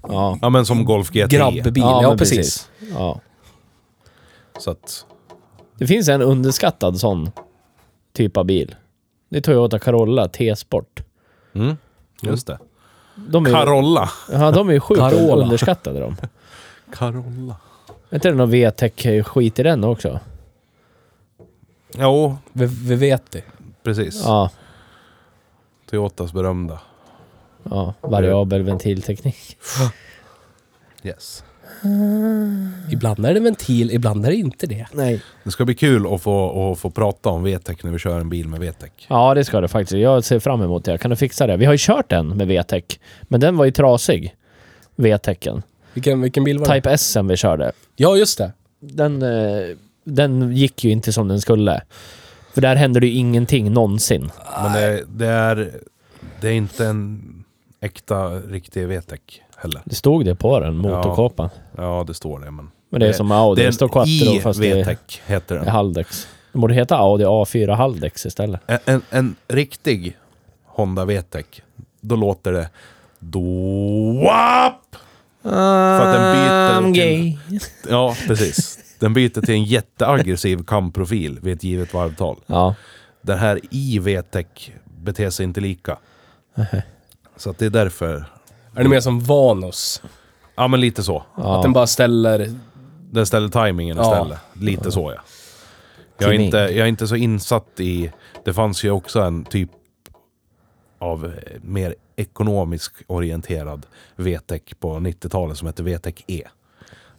Ja. Ja men som Golf E. GT. grabbbil. Ja, men precis. Ja. Så att, Det finns en underskattad sån typ av bil. Det är Toyota Corolla T-sport. mm, just det. De är, ju- Carolla. ja, de är ju sjukt Carola. underskattade de. Carolla. Är inte det någon VTEC-skit i den också? Jo, Vi, vi vet det. precis. Ja. Toyotas berömda. ja. Variabel ventilteknik. Yes. Ibland är det ventil, ibland är det inte det. Nej. Det ska bli kul att få, att få prata om VTEC när vi kör en bil med VTEC. Ja, det ska det faktiskt. Jag ser fram emot det. Kan du fixa det? Vi har ju kört den med VTEC, men den var ju trasig. VTECen. Vilken, vilken bil var det? Type S vi körde. Ja, just det. den, eh, den gick ju inte som den skulle. För där hände det ju ingenting någonsin. Men det, det, är, det är inte en äkta, riktig VTEC heller. Det stod det på den, motorkåpan. Ja, det står det, men... Men det är som Audi, det är det står en Quattro fast det är, i-VTEC, heter är den. Haldex. Det borde heta Audi A4 Haldex istället. En, en, en riktig Honda VTEC, då låter det... Doap! För att den byter I'm till- gay. Ja, precis. Den byter till en jätteaggressiv kamprofil vid ett givet varvtal. Ja. Den här i VTEC beter sig inte lika. Så att det är därför... Är det mer som Vanos? Ja, men lite så. Att den bara ställer... Den ställer tajmingen Ja. istället. Lite så ja. Jag är, Klinik. inte, jag är inte så insatt i... Det fanns ju också en typ av eh, mer ekonomisk orienterad VTEC på 90-talet som hette VTEC E.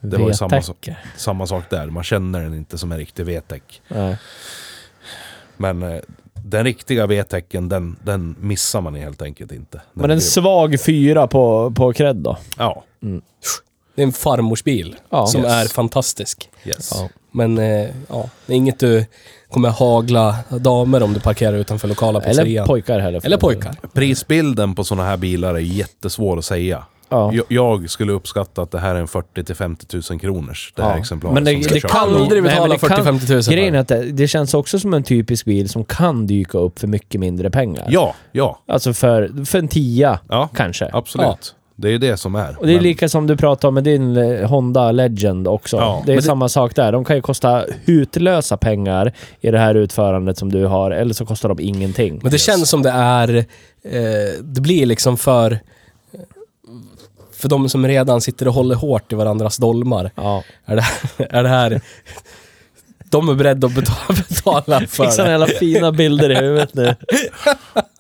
Det var ju samma, Vetec. sak- samma sak där. Man känner den inte som en riktig VTEC. Nej. Men eh, den riktiga VTECen, den, den missar man helt enkelt inte. Men en svag fyra på, på cred då. Ja. Det är en farmors bil. Ja. som Yes. är fantastisk. Yes. Ja. Men eh, ja, det är inget du kommer hagla damer om du parkerar utanför lokala Eller pizzerian. pojkar heller. för Eller den pojkar. Prisbilden på sådana här bilar är jättesvår att säga. Ja. Jag, jag skulle uppskatta att det här är en 40 till 50 000 kronors, det här Ja. exemplaret. Men det- som ska det köpas. kan- Aldrig Nej, men betala det kan- 40-50 000 för. Grejen är att det, det känns också som en typisk bil som kan dyka upp för mycket mindre pengar. Ja, ja. Alltså för, för en tia Ja, kanske. absolut. Det är ju det som är. Och det är Men- lika som du pratade om med din eh, Honda Legend också. Ja, det är men det- samma sak där. De kan ju kosta hutlösa pengar i det här utförandet som du har, eller så kostar de ingenting. Men det känns som det är... Eh, det blir liksom för... För de som redan sitter och håller hårt i varandras dolmar. Ja. Är det, är det här... De är beredda att betala, betala för Fixar det. alla fina bilder i huvudet nu.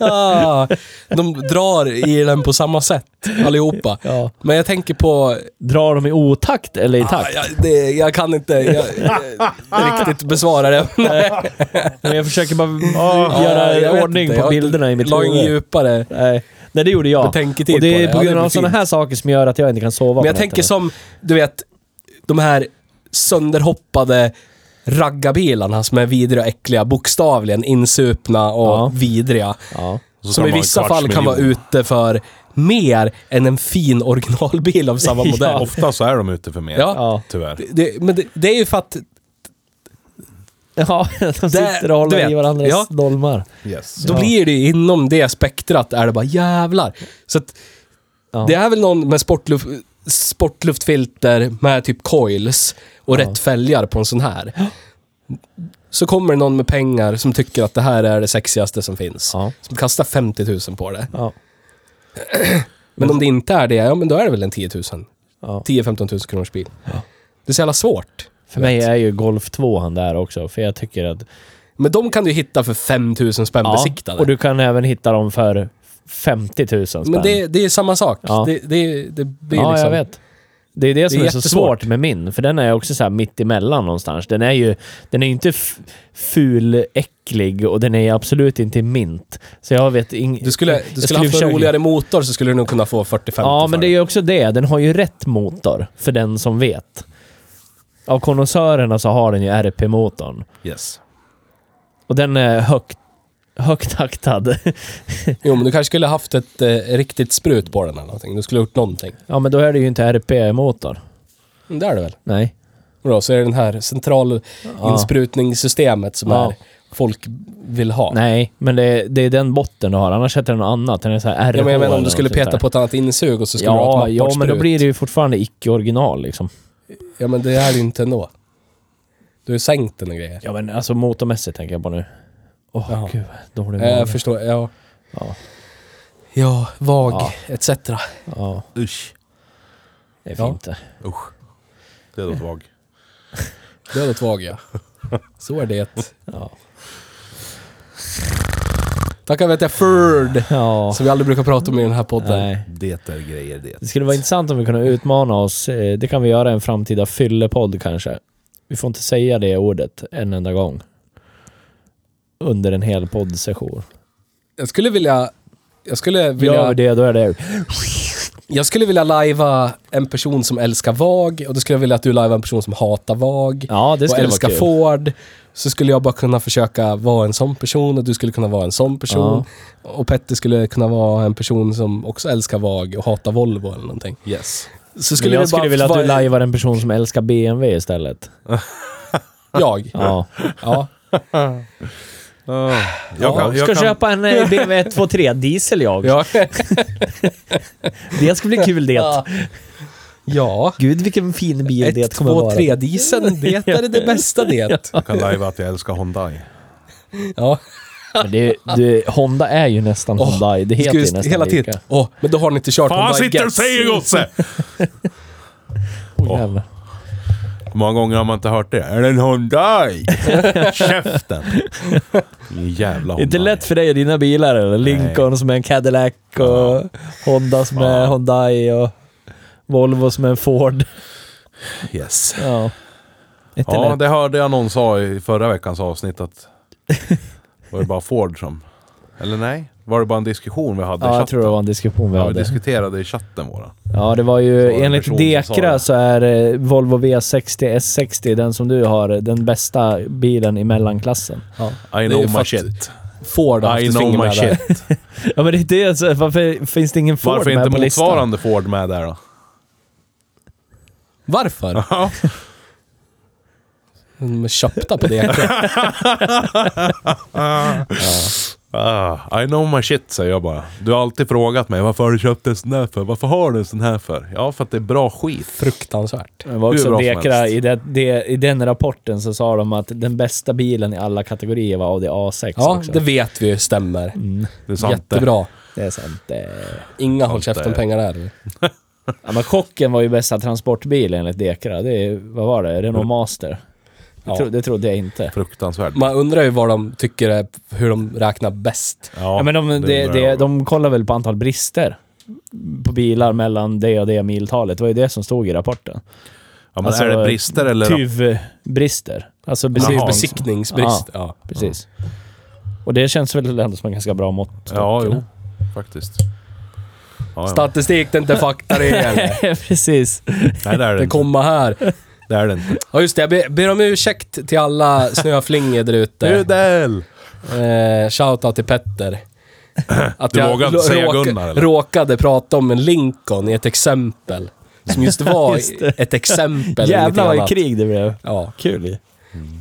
Ah, de drar i den på samma sätt, allihopa. Ja. Men jag tänker på Drar de i otakt eller i Ah, takt? jag, det, jag kan inte jag, eh, riktigt besvara det. Men jag försöker bara Ja, göra Ah, jag vet ordning inte. på Jag bilderna i mitt la ingen huvud. djupare Nej. Nej, det gjorde jag. betänketid och det på är det. på Ja, grund det av blir sådana fint. här saker som gör att jag inte kan sova Men på jag tänker nätterna. som, du vet, de här sönderhoppade raggarbilarna som är vidriga och äckliga, bokstavligen insupna och Ja. vidriga. Ja. Så ska Som de i ha en vissa kvarts fall kan vara miljon. ute för mer än en fin originalbil av samma Ja. modell. Ofta så är de ute för mer, Ja. Ja. tyvärr. Det- Det, men det, det är ju för att ja, de sitter och du håller vet. i varandras Ja. dolmar. Yes. Då Ja. blir det ju inom det spektrat är det bara jävlar. Så att Ja. det är väl någon med sportluft, sportluftfilter med typ coils Ja. och rätt fälgar på en sån här. Så kommer det någon med pengar som tycker att det här är det sexigaste som finns. Ja. Som kastar 50 000 på det. Ja. Men om det inte är det, ja men då är det väl en 10 000. Ja. 10-15 000 kronors bil. Det är så jävla svårt. För mig är ju Golf 2 han där också, för jag tycker att... Men de kan du ju hitta för 5 000 spänn besiktade. och du kan även hitta dem för 50 000 spänn. Men det, det är samma sak. Ja. Det, det, det blir ja, liksom... jag vet. Det är det som är, så jättesvårt. svårt med min, för den är också så här mitt emellan någonstans. Den är ju den är ju inte f- ful, äcklig och den är absolut inte mint. Så jag vet inget... Du skulle, du skulle haft en roligare motor så skulle du nog kunna få 40-50 Ja, men för det är ju också det. Den har ju rätt motor, för den som vet. Av konnässörerna så har den ju RP-motorn. yes. Och den är högt, högt aktad. Jo, men du kanske skulle haft ett eh, riktigt sprut på den eller någonting. Du skulle ha gjort någonting. Ja, men då är det ju inte RP-motor. Mm, Men det är det väl? Nej. Bra, så är det den här centralinsprutningssystemet som Ja. är, folk vill ha. Nej, men det, det är den botten du har. Annars heter den något annat. Den är så här RH Ja, men jag menar om eller du skulle något sånt peta där. på ett annat insug och så skulle du ha Ja, ett ja, mappbart men då sprut. blir det ju fortfarande icke-original liksom. Ja, men det är det ju inte ändå. Du har ju sänkt den och grejer. Ja, men alltså motormässigt tänker jag på nu. Åh, Jaha. gud vad dålig Eh, mage. jag förstår, ja. Ja. Ja, vag, Ja. etc. Ja, Usch. det är Ja. fint det. Usch. Det är då vag. Det är något vag, ja. Så är det. Ja. Tackar vi att jag Ferd. ja. Som vi aldrig brukar prata om i den här podden. Nej. Det är grejer det. Det skulle vara intressant om vi kunde utmana oss. Eh, Det kan vi göra i en framtida fyllepodd kanske. Vi får inte säga det ordet en enda gång. Under en hel poddsession. Jag skulle vilja... Jag skulle Vill vilja, Gör vi det, då är det... jag skulle vilja lajva en person som älskar VAG och då skulle jag vilja att du lajvar en person som hatar VAG Ja, det skulle och vara älskar kul. Ford. Så skulle jag bara kunna försöka vara en sån person och du skulle kunna vara en sån person. Och Petter skulle kunna vara en person som också älskar VAG och hatar Volvo eller någonting. Yes. Så Skulle skulle jag vi bara skulle vilja att du vara- lajvar en person som älskar BMW istället. Jag? Ja. Ja. Jag Ja, kan, Ska jag kan, köpa en eh, BMW 123 diesel jag. Ja. Det ska bli kul det. Ja. ja. Gud vilken fin bil Ett, det kommer vara. två, tre dieseln. Det är det bästa det. Jag kan lajva att jag älskar Hyundai. Ja. Men det, det, Honda är ju nästan Åh, Hyundai. Det heter ska ju just- nästan Hela lika. tiden. Åh, men då har ni inte kört Fan Honda sitter och Guess. säger Gosse! Åh, jävlar. Hur många gånger har man inte hört det? Är det en Hyundai? Käften! Jävla Hyundai. Inte lätt för dig och dina bilar eller? Lincoln som är en Cadillac och Honda som är Hyundai och Volvo som är en Ford. Yes. Ja. Inte Ja, lätt. det hörde jag någon sa i förra veckans avsnitt att var det bara Ford som... Eller nej? Var det bara en diskussion vi ja, hade i jag chatten? tror det var en diskussion vi Ja, vi hade. diskuterade i chatten våran. Ja, det var ju var det en enligt person som sa Dekra det. så är eh, Volvo V60 S60, den som du har, eh, den bästa bilen i mellanklassen. Ja. I Det är know ju för my att shit. Ford har haft I ett know finger my med där. shit. Ja, men det är det, alltså, varför finns det ingen Ford Varför med inte på listan? motsvarande Ford med där då? Varför? Ja. De är köpta på det. Ah, I know my shit säger jag bara. Du har alltid frågat mig varför har du köpt en sån här för? Varför har du en sån här för? Ja, för att det är bra skit. Fruktansvärt. Det var Hur också bra som Dekra, helst. i, det, det, i den rapporten så sa de att den bästa bilen i alla kategorier var Audi A6 Ja, också. det vet vi ju stämmer. Det är sant det. Jättebra. Det är sant. Det... Inga håll käften-pengar där. Ja, men chocken var ju bästa transportbil enligt Dekra. Det är, vad var det? Mm. Renault Master? Det, Ja. tro, det trodde jag inte. Fruktansvärt. Man undrar ju vad de tycker är, hur de räknar bäst. Ja, men de, det, undrar det, jag. de kollar väl på antal brister på bilar mellan det och det miltalet. Det var ju det som stod i rapporten. ja, men alltså, är det brister eller? TUV-brister. Alltså Precis, Jaha. besiktning. besiktningsbrist. Ja. Precis. Och det känns väl ändå som en ganska bra måttstock? Ja, eller? jo. Faktiskt. Ja, ja. Statistik, det är inte fakta det är. Precis. Nej, det är det Det inte. kommer här. Det är det inte. Ja just det, jag ber, ber om ursäkt till alla snöflingor där ute. Udell! Eh, shoutout till Petter. Att Du vågar inte lo- säga råka- Gunnar, eller? råkade prata om en Lincoln i ett exempel. Som just var Just det. ett exempel. ingenting Jävlar vad annat. krig det blev. Ja. Kul ju.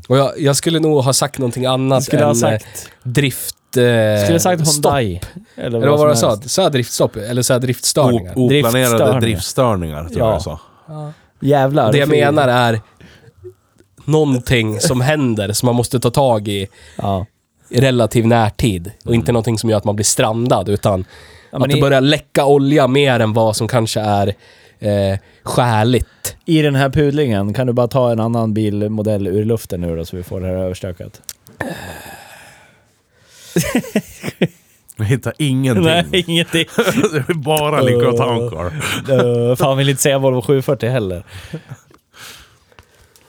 Och jag, jag skulle nog ha sagt någonting annat Skulle än ha eh, sagt... drift... Eh, Skulle ha sagt stopp. Hyundai. Eller Eller vad var det jag som sa? helst. Sa jag driftstopp? Eller sa jag driftstörningar? O- Oplanerade Driftstörningar. driftstörningar, tror Ja. jag jag sa. Jävlar. det jag fy- menar är någonting som händer som man måste ta tag i Ja. i relativ närtid. Och inte någonting som gör att man blir strandad, utan men att det i- börjar läcka olja mer än vad som kanske är eh, skäligt. I den här pudlingen, kan du bara ta en annan bilmodell ur luften nu då så vi får det här överstökat? Jag hittar ingenting. ingenting. det är bara Lincoln Town Car. uh, fan, vill inte säga Volvo 740 heller.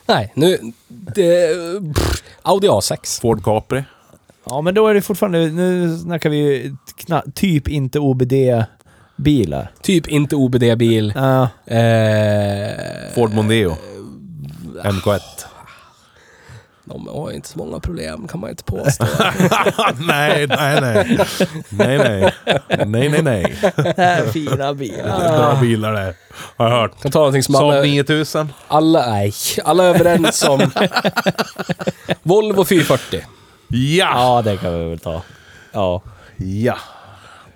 Nej, nu... Det, pff, Audi A6. Ford Capri. Ja, men då är det fortfarande, nu snackar vi ju kna, typ inte OBD-bilar. Typ inte OBD-bil. Ja, Eh, Ford Mondeo. MK1. de har inte så många problem, kan man inte påstå. nej, nej, nej. Nej, nej. Nej, nej, nej. fina Det bilar. är bra bilar det. Har jag hört. kan ta någonting som alla... Saab 9000. Alla, nej, alla är överens om... Volvo 440. Ja! Ja, det kan vi väl ta. Ja. Ja.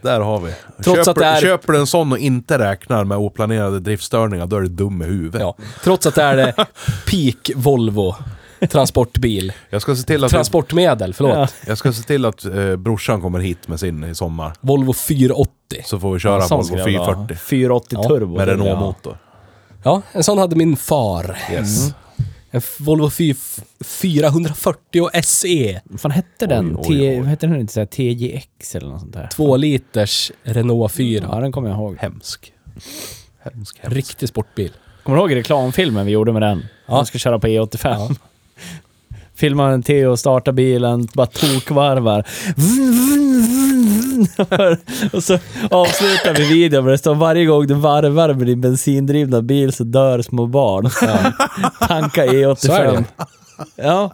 Där har vi. Trots köper, att det är- köper du en sån och inte räknar med oplanerade driftstörningar, då är du dum i huvudet. Ja. Trots att det är eh, peak Volvo. Transportbil. Jag ska se till att, Transportmedel, förlåt. Ja. jag ska se till att eh, brorsan kommer hit med sin i sommar. Volvo 480. Så får vi En köra sån Volvo skulle jag vilja ha. 440 480 Ja, turbo. med skulle jag ha. Renault-motor. Ja, en sån hade min far. Mm. Yes. En f- Volvo 4- 440 SE. Vad fan hette den? Oj, oj, T- oj. Vad hette den? Inte så här TJX eller något sånt där? Två liters Renault 4. Ja, den kommer jag ihåg. Hemsk. Hemsk, hemsk. Riktig sportbil. Kommer du ihåg reklamfilmen vi gjorde med den? Ja. Han ska köra på E85. Filmar en Theo, startar bilen, bara tokvarvar. Vvn, vvn, vvn, vvn. och så avslutar vi videon med det står varje gång du varvar med din bensindrivna bil så dör små barn. Tanka E85. Så är det. Ja,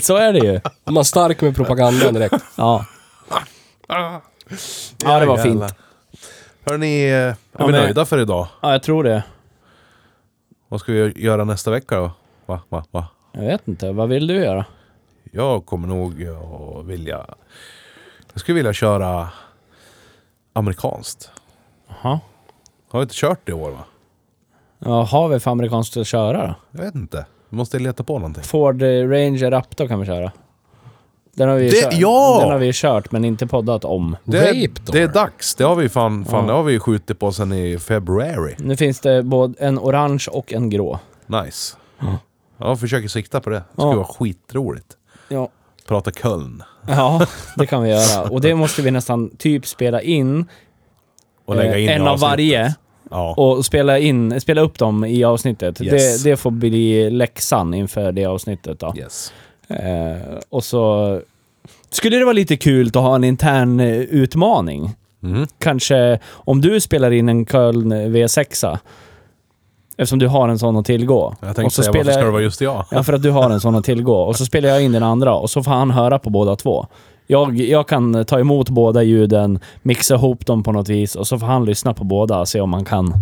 så är det ju. Man är stark med propagandan direkt. Ja. Ja, det var fint. Hörni, eh, är vi men- nöjda för idag? Ja, jag tror det. Vad ska vi göra nästa vecka då? Va, va, va? Jag vet inte. Vad vill du göra? Jag kommer nog eh, att vilja... Jag skulle vilja köra amerikanskt. Jaha. Har inte kört det i år va? Ja, har vi för amerikanskt att köra då? Jag vet inte. Vi måste leta på någonting. Ford eh, Ranger Raptor kan vi köra. Den har vi, ju Det- kört, ja! den har vi ju kört, men inte poddat om. Det, Rape är- door. det är dags. Det har vi fan, fan det har vi skjutit på sen i februari. Nu finns det både en orange och en grå. Nice. Jag försöker sikta på det. Det skulle Ja. vara skitroligt. Ja. Prata Köln. ja, det kan vi göra. Och det måste vi nästan typ spela in, Och lägga eh, in i en av avsnittet. varje. Ja. Och spela, in, spela upp dem i avsnittet. Yes. Det, det får bli läxan inför det avsnittet då. Yes. Eh, och så... Skulle det vara lite kul att ha en intern eh, utmaning? Mm. Kanske om du spelar in en Köln V6 ah, Eftersom du har en sån att tillgå. Jag tänkte och så säga, varför spelar- ska det vara just jag? Ja, för att du har en sån att tillgå. Och så spelar jag in den andra och så får han höra på båda två. Jag, jag kan ta emot båda ljuden, mixa ihop dem på något vis och så får han lyssna på båda och se om han kan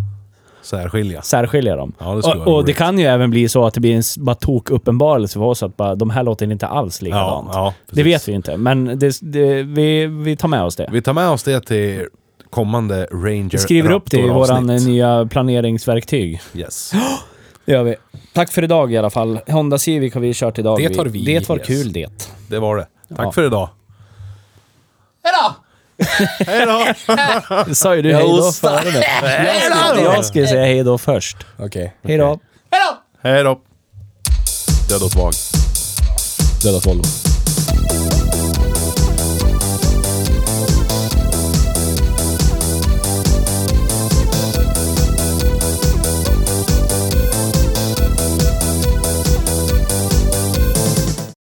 Särskilja. särskilja dem. Ja, det skulle och, vara och det roligt. kan ju även bli så att det blir en s- bara tokuppenbarelse för oss att bara, de här låter inte alls Ja, likadant. ja, det precis. vet vi inte, men det, det, vi, vi tar med oss det. Vi tar med oss det till kommande Ranger Vi skriver upp det i våran eh, Raptor-avsnitt. nya planeringsverktyg. Yes. Det gör vi. Tack för idag i alla fall. Honda Civic har vi kört idag. Det har vi, Det var yes. kul det. Det var det. Tack Ja. för idag. Hej då! Hej då! Sa ju du hej då hejdå före mig? Jag skulle säga hejdå först. Okej, Hejdå. Hej då! Död och svag. dödat Volvo.